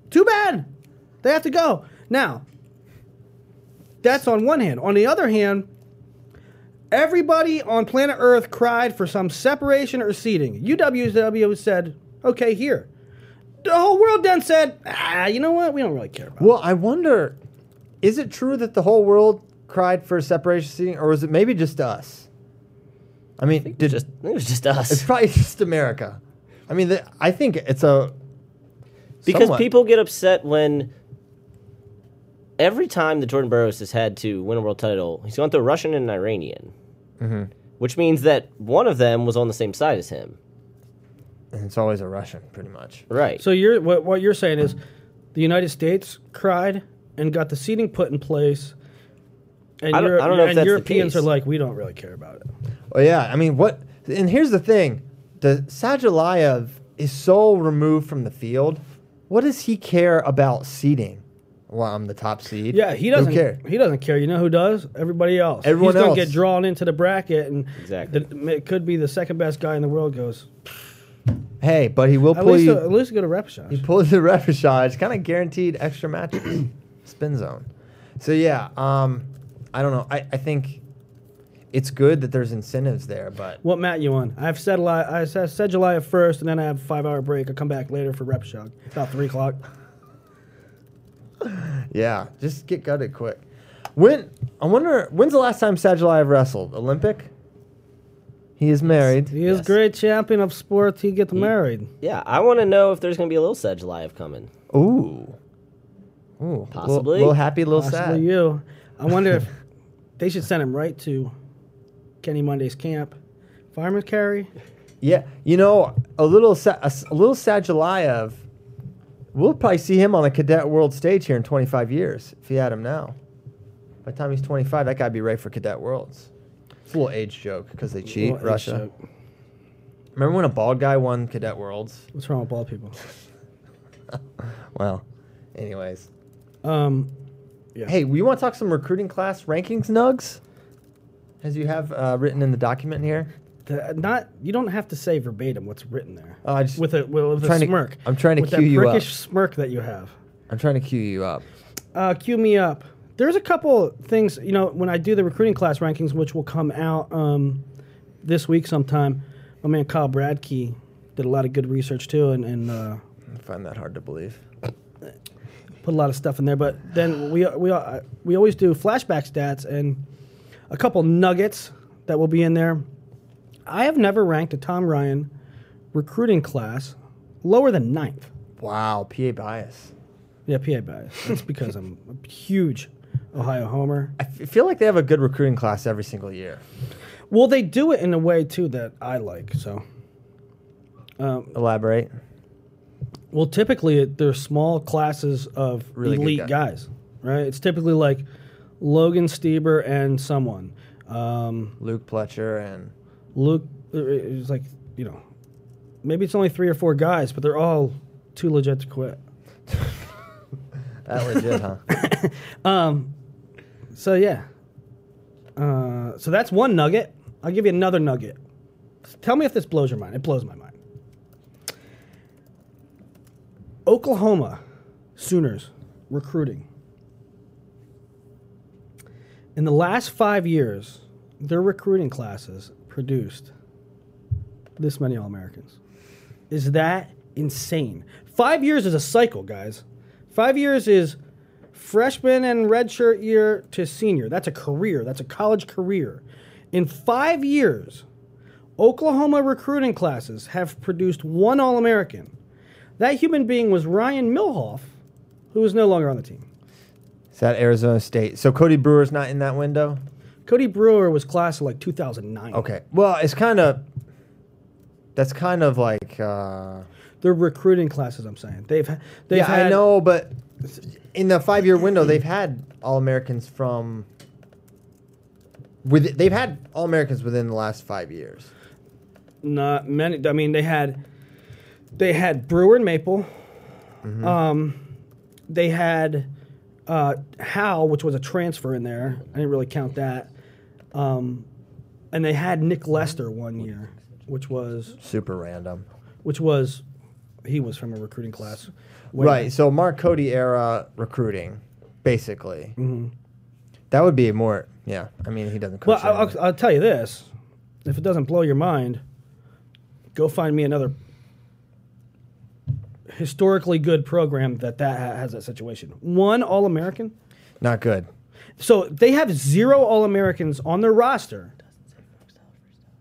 Speaker 3: too bad. They have to go now. That's on one hand. On the other hand, Everybody on planet Earth cried for some separation or seating. UWW said, okay, here. The whole world then said, ah, you know what? We don't really care about
Speaker 2: Well, I wonder, is it true that the whole world cried for separation seating, or was it maybe just us? I mean, did
Speaker 5: Just, I think it was just
Speaker 2: it's
Speaker 5: us.
Speaker 2: probably just America? I mean, the, I think it's a
Speaker 5: Because
Speaker 2: somewhat-
Speaker 5: people get upset when every time that Jordan Burroughs has had to win a world title, he's gone through a Russian and an Iranian,
Speaker 2: Mm-hmm.
Speaker 5: which means that one of them was on the same side as him.
Speaker 2: and it's always a Russian, pretty much.
Speaker 5: Right.
Speaker 3: it. So you're, what, what you're saying is the United States cried and got the seating put in place. And,
Speaker 5: I don't-
Speaker 3: Europe-
Speaker 5: I don't know if
Speaker 3: and
Speaker 5: that's the
Speaker 3: Europeans
Speaker 5: case.
Speaker 3: are like, we don't really care about it.
Speaker 2: Oh yeah, I mean what? And here's the thing: the Sajalayev is so removed from the field. What does he care about seating? well, I'm the top seed.
Speaker 3: Yeah, he
Speaker 2: Who
Speaker 3: doesn't
Speaker 2: care.
Speaker 3: He doesn't care. You know who does? Everybody else.
Speaker 2: Everyone
Speaker 3: He's gonna
Speaker 2: else.
Speaker 3: get drawn into the bracket, and
Speaker 5: Exactly.
Speaker 3: the- it could be the second best guy in the world goes.
Speaker 2: Hey, but he will
Speaker 3: At
Speaker 2: pull
Speaker 3: least, uh,
Speaker 2: you.
Speaker 3: at least go to rep shop.
Speaker 2: He pulls the refreshage, kind of guaranteed extra matches, spin zone. So yeah, um, I don't know. I, I think it's good that there's incentives there, but
Speaker 3: What mat you on? I've said July. I said, said July at first, and then I have a five hour break. I come back later for rep shop. About three o'clock.
Speaker 2: yeah, just get gutted quick. When I wonder when's the last time Sagillaiev wrestled? Olympic. He is married.
Speaker 3: He is great champion of sports. He gets married.
Speaker 5: Yeah, I want to know if there's going to be a little Sedge live coming.
Speaker 2: Ooh. Ooh.
Speaker 5: Possibly.
Speaker 2: Little happy, little sad.
Speaker 3: Possibly you. I wonder if they should send him right to Kenny Monday's camp. Fireman carry.
Speaker 2: Yeah, you know, a little Sa- a, s- a little Sagillaiev, we'll probably see him on the cadet world stage here in 25 years if he had him now. By the time he's 25, that guy'd be ready for cadet worlds. It's a little age joke because they cheat
Speaker 3: Well, it's,
Speaker 2: Russia.
Speaker 3: uh,
Speaker 2: Remember when a bald guy won cadet worlds?
Speaker 3: What's wrong with bald people?
Speaker 2: Well, anyways,
Speaker 3: Um, yeah.
Speaker 2: hey, we want to talk some recruiting class rankings, Nugs, as you have uh, written in the document here.
Speaker 3: The, not you don't have to say verbatim what's written there.
Speaker 2: Oh, I just-
Speaker 3: with a with, with
Speaker 2: trying
Speaker 3: a
Speaker 2: to-
Speaker 3: smirk.
Speaker 2: I'm trying to
Speaker 3: with
Speaker 2: cue
Speaker 3: that
Speaker 2: you up.
Speaker 3: prickish smirk that you have.
Speaker 2: I'm trying to cue you up.
Speaker 3: Uh, cue me up. There's a couple things you know when I do the recruiting class rankings, which will come out um, this week sometime. My man Kyle Bradkey did a lot of good research too, and, and uh,
Speaker 2: I find that hard to believe.
Speaker 3: put a lot of stuff in there. But then we we uh, we always do flashback stats and a couple nuggets that will be in there. I have never ranked a Tom Ryan recruiting class lower than ninth.
Speaker 2: Wow, PA bias.
Speaker 3: Yeah, PA bias. That's because I'm a huge Ohio homer.
Speaker 2: I f- feel like they have a good recruiting class every single year.
Speaker 3: Well, they do it in a way too that I like. So,
Speaker 2: Elaborate.
Speaker 3: well, typically it, they're small classes of
Speaker 2: Really good
Speaker 3: elite
Speaker 2: guy.
Speaker 3: guys, right? It's typically like Logan Stieber and someone. Um,
Speaker 2: Luke Pletcher and
Speaker 3: Luke it's like you know maybe it's only three or four guys but they're all too legit to quit
Speaker 2: that legit, huh?
Speaker 3: so yeah uh, so that's one nugget i'll give you another nugget tell me if this blows your mind it blows my mind oklahoma sooners recruiting in the last five years their recruiting classes produced this many all-americans is that insane? Five years is a cycle, guys. Five years is freshman and redshirt year to senior. That's a career. That's a college career. In five years, Oklahoma recruiting classes have produced one All American. That human being was Ryan Milhoff, who is no longer on the team.
Speaker 2: Is that Arizona State? So Cody Brewer's not in that window.
Speaker 3: Cody Brewer was class of like 2009.
Speaker 2: Okay. Well, it's kind of. That's kind of like. Uh,
Speaker 3: They're recruiting classes, I'm saying. They've, ha- they've
Speaker 2: yeah,
Speaker 3: had.
Speaker 2: I know, but in the five-year window, they've had All Americans from. With they've had All Americans within the last five years.
Speaker 3: not many. I mean, they had they had Brewer and Maple. Um, they had uh, Hal, which was a transfer in there. I didn't really count that. Um, and they had Nick Lester one year, which was
Speaker 2: Super random.
Speaker 3: which was he was from a recruiting class. Way
Speaker 2: Right. So Mark Cody era recruiting, basically. That would be more. Yeah. I mean, he doesn't.
Speaker 3: Mm-hmm. Well,
Speaker 2: coach
Speaker 3: I'll,
Speaker 2: anymore.
Speaker 3: I'll, I'll tell you this: if it doesn't blow your mind, go find me another historically good program that that ha- has that situation. One All American.
Speaker 2: not good.
Speaker 3: So they have zero All Americans on their roster.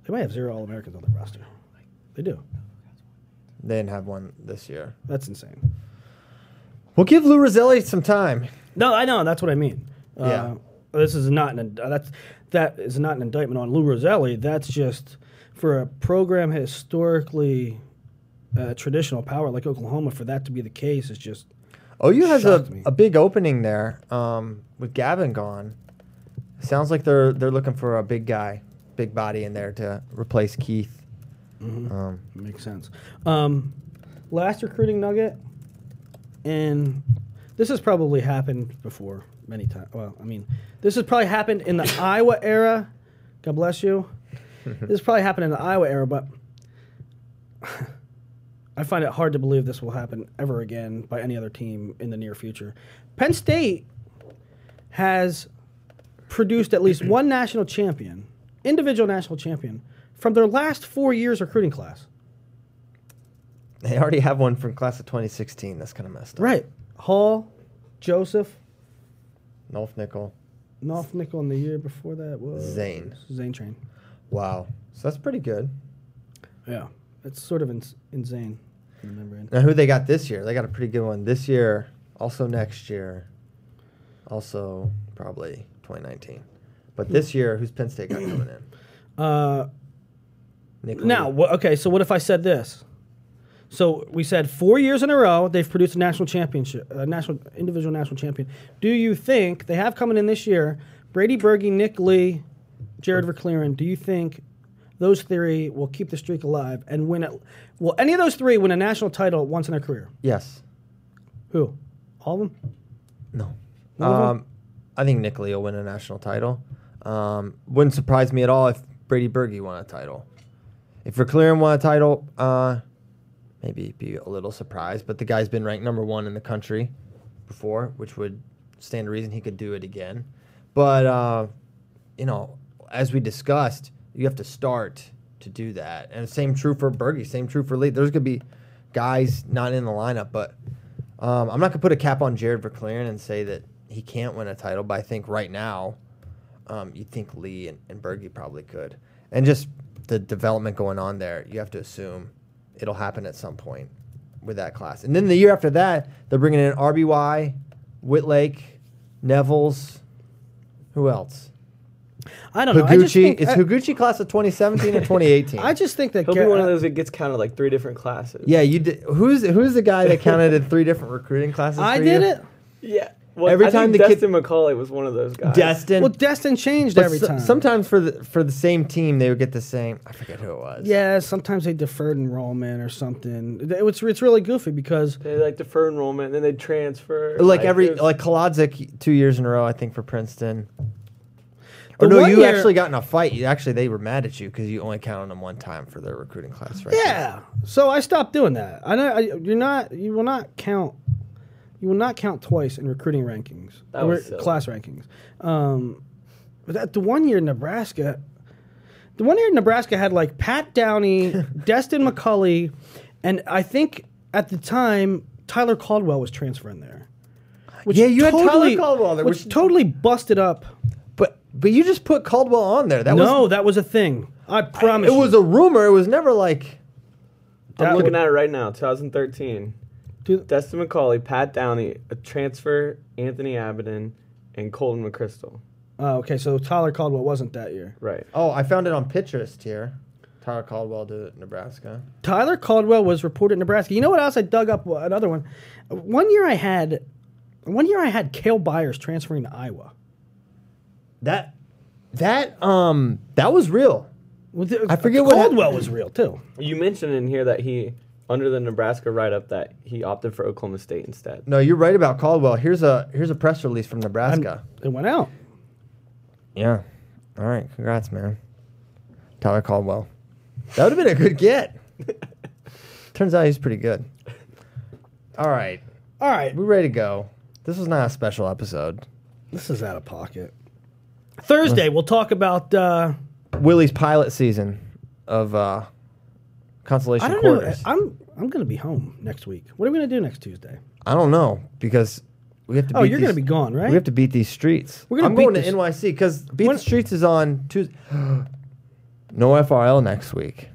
Speaker 3: They might have zero All Americans on their roster. They do.
Speaker 2: They didn't have one this year.
Speaker 3: That's insane.
Speaker 2: We'll give Lou Roselli some time.
Speaker 3: No, I know. That's what I mean.
Speaker 2: Yeah.
Speaker 3: Uh, this is not an ind- uh, that's that is not an indictment on Lou Roselli. That's just for a program historically uh, traditional power like Oklahoma. For that to be the case is just
Speaker 2: OU has Oh, a,
Speaker 3: Shocked me.
Speaker 2: a big opening there um, with Gavin gone. Sounds like they're they're looking for a big guy, big body in there to replace Keith.
Speaker 3: Makes sense. Um, last recruiting nugget, and This has probably happened before many times. Well, I mean, this has probably happened in the Iowa era. God bless you. this has probably happened in the Iowa era, but I find it hard to believe this will happen ever again by any other team in the near future. Penn State has produced at least one national champion, individual national champion, from their last four years recruiting class.
Speaker 2: They already have one from class of 2016. That's kind of messed up.
Speaker 3: Right. Hall, Joseph,
Speaker 2: Nolf Nickel,
Speaker 3: North Nickel, and the year before that was
Speaker 2: Zane.
Speaker 3: Zane Train.
Speaker 2: Wow. So that's pretty good.
Speaker 3: Yeah. It's sort of ins- insane. in the membrane.
Speaker 2: Now, who they got this year? They got a pretty good one this year, also next year, also probably 2019. But
Speaker 3: Hmm.
Speaker 2: this year, who's Penn State got coming in?
Speaker 3: Uh,
Speaker 2: Nick
Speaker 3: now,
Speaker 2: Lee.
Speaker 3: wha- okay, so what if I said this? So we said four years in a row they've produced a national championship, a national individual national champion. Do you think they have coming in this year? Brady Berge, Nick Lee, Jared Verclearen. Do you think those three will keep the streak alive and win it? Will any of those three win a national title once in their career?
Speaker 2: yes.
Speaker 3: Who? All of them?
Speaker 2: No.
Speaker 3: of 'em?
Speaker 2: Um, I think Nick Lee will win a national title. Um, wouldn't surprise me at all if Brady Berge won a title. If Verclearen won a title, uh, maybe be a little surprised. But the guy's been ranked number one in the country before, which would stand to reason he could do it again. But uh, you know, as we discussed, you have to start to do that, and same true for Berge, same true for Lee. There's gonna be guys not in the lineup, but um, I'm not gonna put a cap on Jared Verclearen and say that he can't win a title. But I think right now, um, you think Lee and, and Berge probably could, and just the development going on there. You have to assume it'll happen at some point with that class, and then the year after that, they're bringing in RBY, Whitlake, Neville's. Who else?
Speaker 3: I don't know. I just
Speaker 2: Higuchi.
Speaker 3: think,
Speaker 2: It's
Speaker 3: I,
Speaker 2: Higuchi class of 2017 or 2018.
Speaker 3: I just think that
Speaker 6: He'll be
Speaker 3: Gar-
Speaker 6: one of those that gets counted like three different classes.
Speaker 2: yeah, you did. Who's who's the guy that counted in three different recruiting classes?
Speaker 3: I
Speaker 2: for
Speaker 3: did
Speaker 2: you?
Speaker 3: it.
Speaker 6: Yeah. Well,
Speaker 2: Every
Speaker 6: I
Speaker 2: time
Speaker 6: think
Speaker 2: the kid-
Speaker 6: Destin McCauley was one of those guys.
Speaker 2: Destin.
Speaker 3: Well, Destin changed
Speaker 2: But
Speaker 3: every
Speaker 2: so-
Speaker 3: time.
Speaker 2: Sometimes for the for the same team, they would get the same. I forget who it was.
Speaker 3: Yeah, sometimes they deferred enrollment or something. It- It's it's really goofy because
Speaker 6: They like defer enrollment, and then they transfer.
Speaker 2: like, every
Speaker 6: there's-
Speaker 2: like Kolodzik two years in a row, I think for Princeton. Or
Speaker 3: The
Speaker 2: no,
Speaker 3: one
Speaker 2: you
Speaker 3: year-
Speaker 2: actually got in a fight. You actually they were mad at you because you only counted them one time for their recruiting class, right?
Speaker 3: yeah. So I stopped doing that. I know I, you're not you will not count you will not count twice in recruiting rankings
Speaker 6: That
Speaker 3: or
Speaker 6: was silly.
Speaker 3: class rankings. Um, but that the one year Nebraska, the one year Nebraska had like Pat Downey, Destin McCulley, and I think at the time Tyler Caldwell was transferring there. Which
Speaker 2: Yeah, you had Tyler Caldwell there,
Speaker 3: which
Speaker 2: which-
Speaker 3: totally busted up
Speaker 2: But but you just put Caldwell on there. That
Speaker 3: no, that was a thing. I
Speaker 2: was
Speaker 3: promise.
Speaker 2: it was a rumor. It was never like
Speaker 6: I'm
Speaker 3: that
Speaker 6: looking
Speaker 3: would-
Speaker 6: at it right now, 2013.
Speaker 3: Do-
Speaker 6: Destin McCauley, Pat Downey, a transfer, Anthony Abedin, and Colton McChrystal.
Speaker 3: Oh, okay, so Tyler Caldwell wasn't that year.
Speaker 6: Right.
Speaker 2: oh I found it on Pinterest here. Tyler Caldwell to Nebraska.
Speaker 3: Tyler Caldwell was reported in Nebraska. You know what else I dug up? Another one. One year I had, one year I had Cale Byers transferring to Iowa.
Speaker 2: That that um that was real.
Speaker 3: Well, th-
Speaker 2: I forget what
Speaker 3: Caldwell
Speaker 2: hap-
Speaker 3: was real too.
Speaker 6: You mentioned in here that he, under the Nebraska write up, that he opted for Oklahoma State instead.
Speaker 2: No, you're right about Caldwell. Here's a here's a press release from Nebraska.
Speaker 3: It went out.
Speaker 2: yeah. All right. Congrats, man. Tyler Caldwell. That would have been a good get. Turns out he's pretty good. All right.
Speaker 3: All right,
Speaker 2: We ready to go. This was not a special episode.
Speaker 3: this is out of pocket. Thursday we'll talk about. Uh,
Speaker 2: Willie's pilot season of uh consolation
Speaker 3: I don't know.
Speaker 2: quarters.
Speaker 3: I'm I'm gonna be home next week. What are we gonna do next Tuesday?
Speaker 2: I don't know because we have to.
Speaker 3: Oh,
Speaker 2: beat
Speaker 3: you're gonna
Speaker 2: these-
Speaker 3: be gone, right?
Speaker 2: We have to beat these streets.
Speaker 3: We're gonna
Speaker 2: I'm
Speaker 3: beat
Speaker 2: going
Speaker 3: this-
Speaker 2: to NYC because beat
Speaker 3: When-
Speaker 2: the streets is on Tuesday. no FRL next week.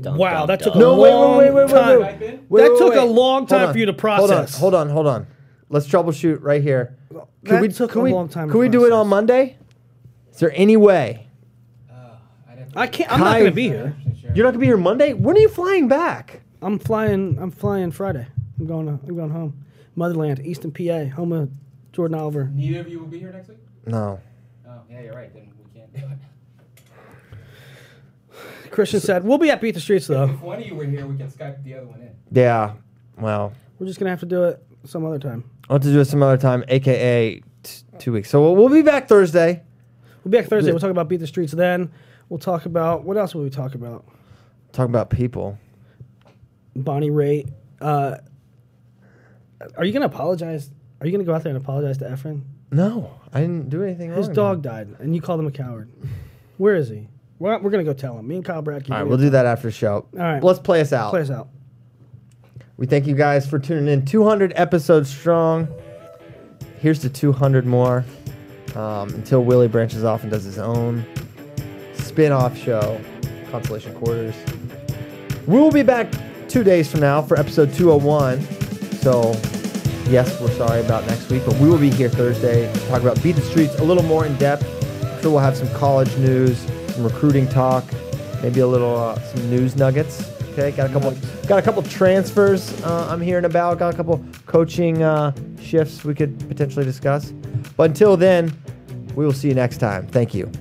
Speaker 5: Dun,
Speaker 3: Wow,
Speaker 5: dun,
Speaker 3: that took
Speaker 5: dun.
Speaker 3: a long time.
Speaker 2: Wait,
Speaker 3: That
Speaker 2: wait,
Speaker 3: took
Speaker 2: wait.
Speaker 3: a long
Speaker 2: Hold
Speaker 3: time
Speaker 2: on.
Speaker 3: for you to
Speaker 2: Hold on,
Speaker 3: process.
Speaker 2: Hold on, hold on. Let's troubleshoot right here.
Speaker 3: That took
Speaker 2: could
Speaker 3: a
Speaker 2: we,
Speaker 3: long time to
Speaker 2: Could we do it
Speaker 3: process.
Speaker 2: on Monday? Is there any way?
Speaker 3: I can't. I'm not gonna
Speaker 2: Kai-
Speaker 3: be here.
Speaker 2: You're not gonna be here Monday. When are you flying back?
Speaker 3: I'm flying. I'm flying Friday. I'm going. To, I'm going home. Motherland, Easton, PA, home of Jordan Oliver.
Speaker 7: Neither of you will be here next week?
Speaker 2: No.
Speaker 7: Oh, yeah, you're right. Then we can't do it.
Speaker 3: Christian said, "We'll be at Beat the Streets though.
Speaker 7: If one of you were here, we can Skype the other one in.
Speaker 2: Yeah. Well,
Speaker 3: We're just gonna have to do it some other time."
Speaker 2: I'll have to do it some other time, aka t- two weeks. So we'll, we'll be back Thursday.
Speaker 3: We'll be back Thursday. We'll talk about Beat the Streets then. We'll talk about what else will we talk about?
Speaker 2: Talk about people.
Speaker 3: Bonnie Raitt. Uh, are you gonna apologize? Are you gonna go out there and apologize to Efren?
Speaker 2: No, I didn't do anything wrong.
Speaker 3: His dog died, and you called him a coward. Where is he? Well, we're gonna go tell him. Me and Kyle Bradke.
Speaker 2: All right, we'll do that after the show.
Speaker 3: All right.
Speaker 2: let's play us out.
Speaker 3: Play us out.
Speaker 2: We thank you guys for tuning in. 200 episodes strong. Here's to 200 more um, until Willie branches off and does his own spin off show, Constellation Quarters. We'll be back two days from now for episode 201. So, yes, we're sorry about next week, but we will be here Thursday to talk about Beat the Streets a little more in depth. I'm sure we'll have some college news, some recruiting talk, maybe a little uh, some news nuggets. Okay, got a couple got a couple transfers uh, I'm hearing about. Got a couple coaching uh, shifts we could potentially discuss. But until then, we will see you next time. Thank you.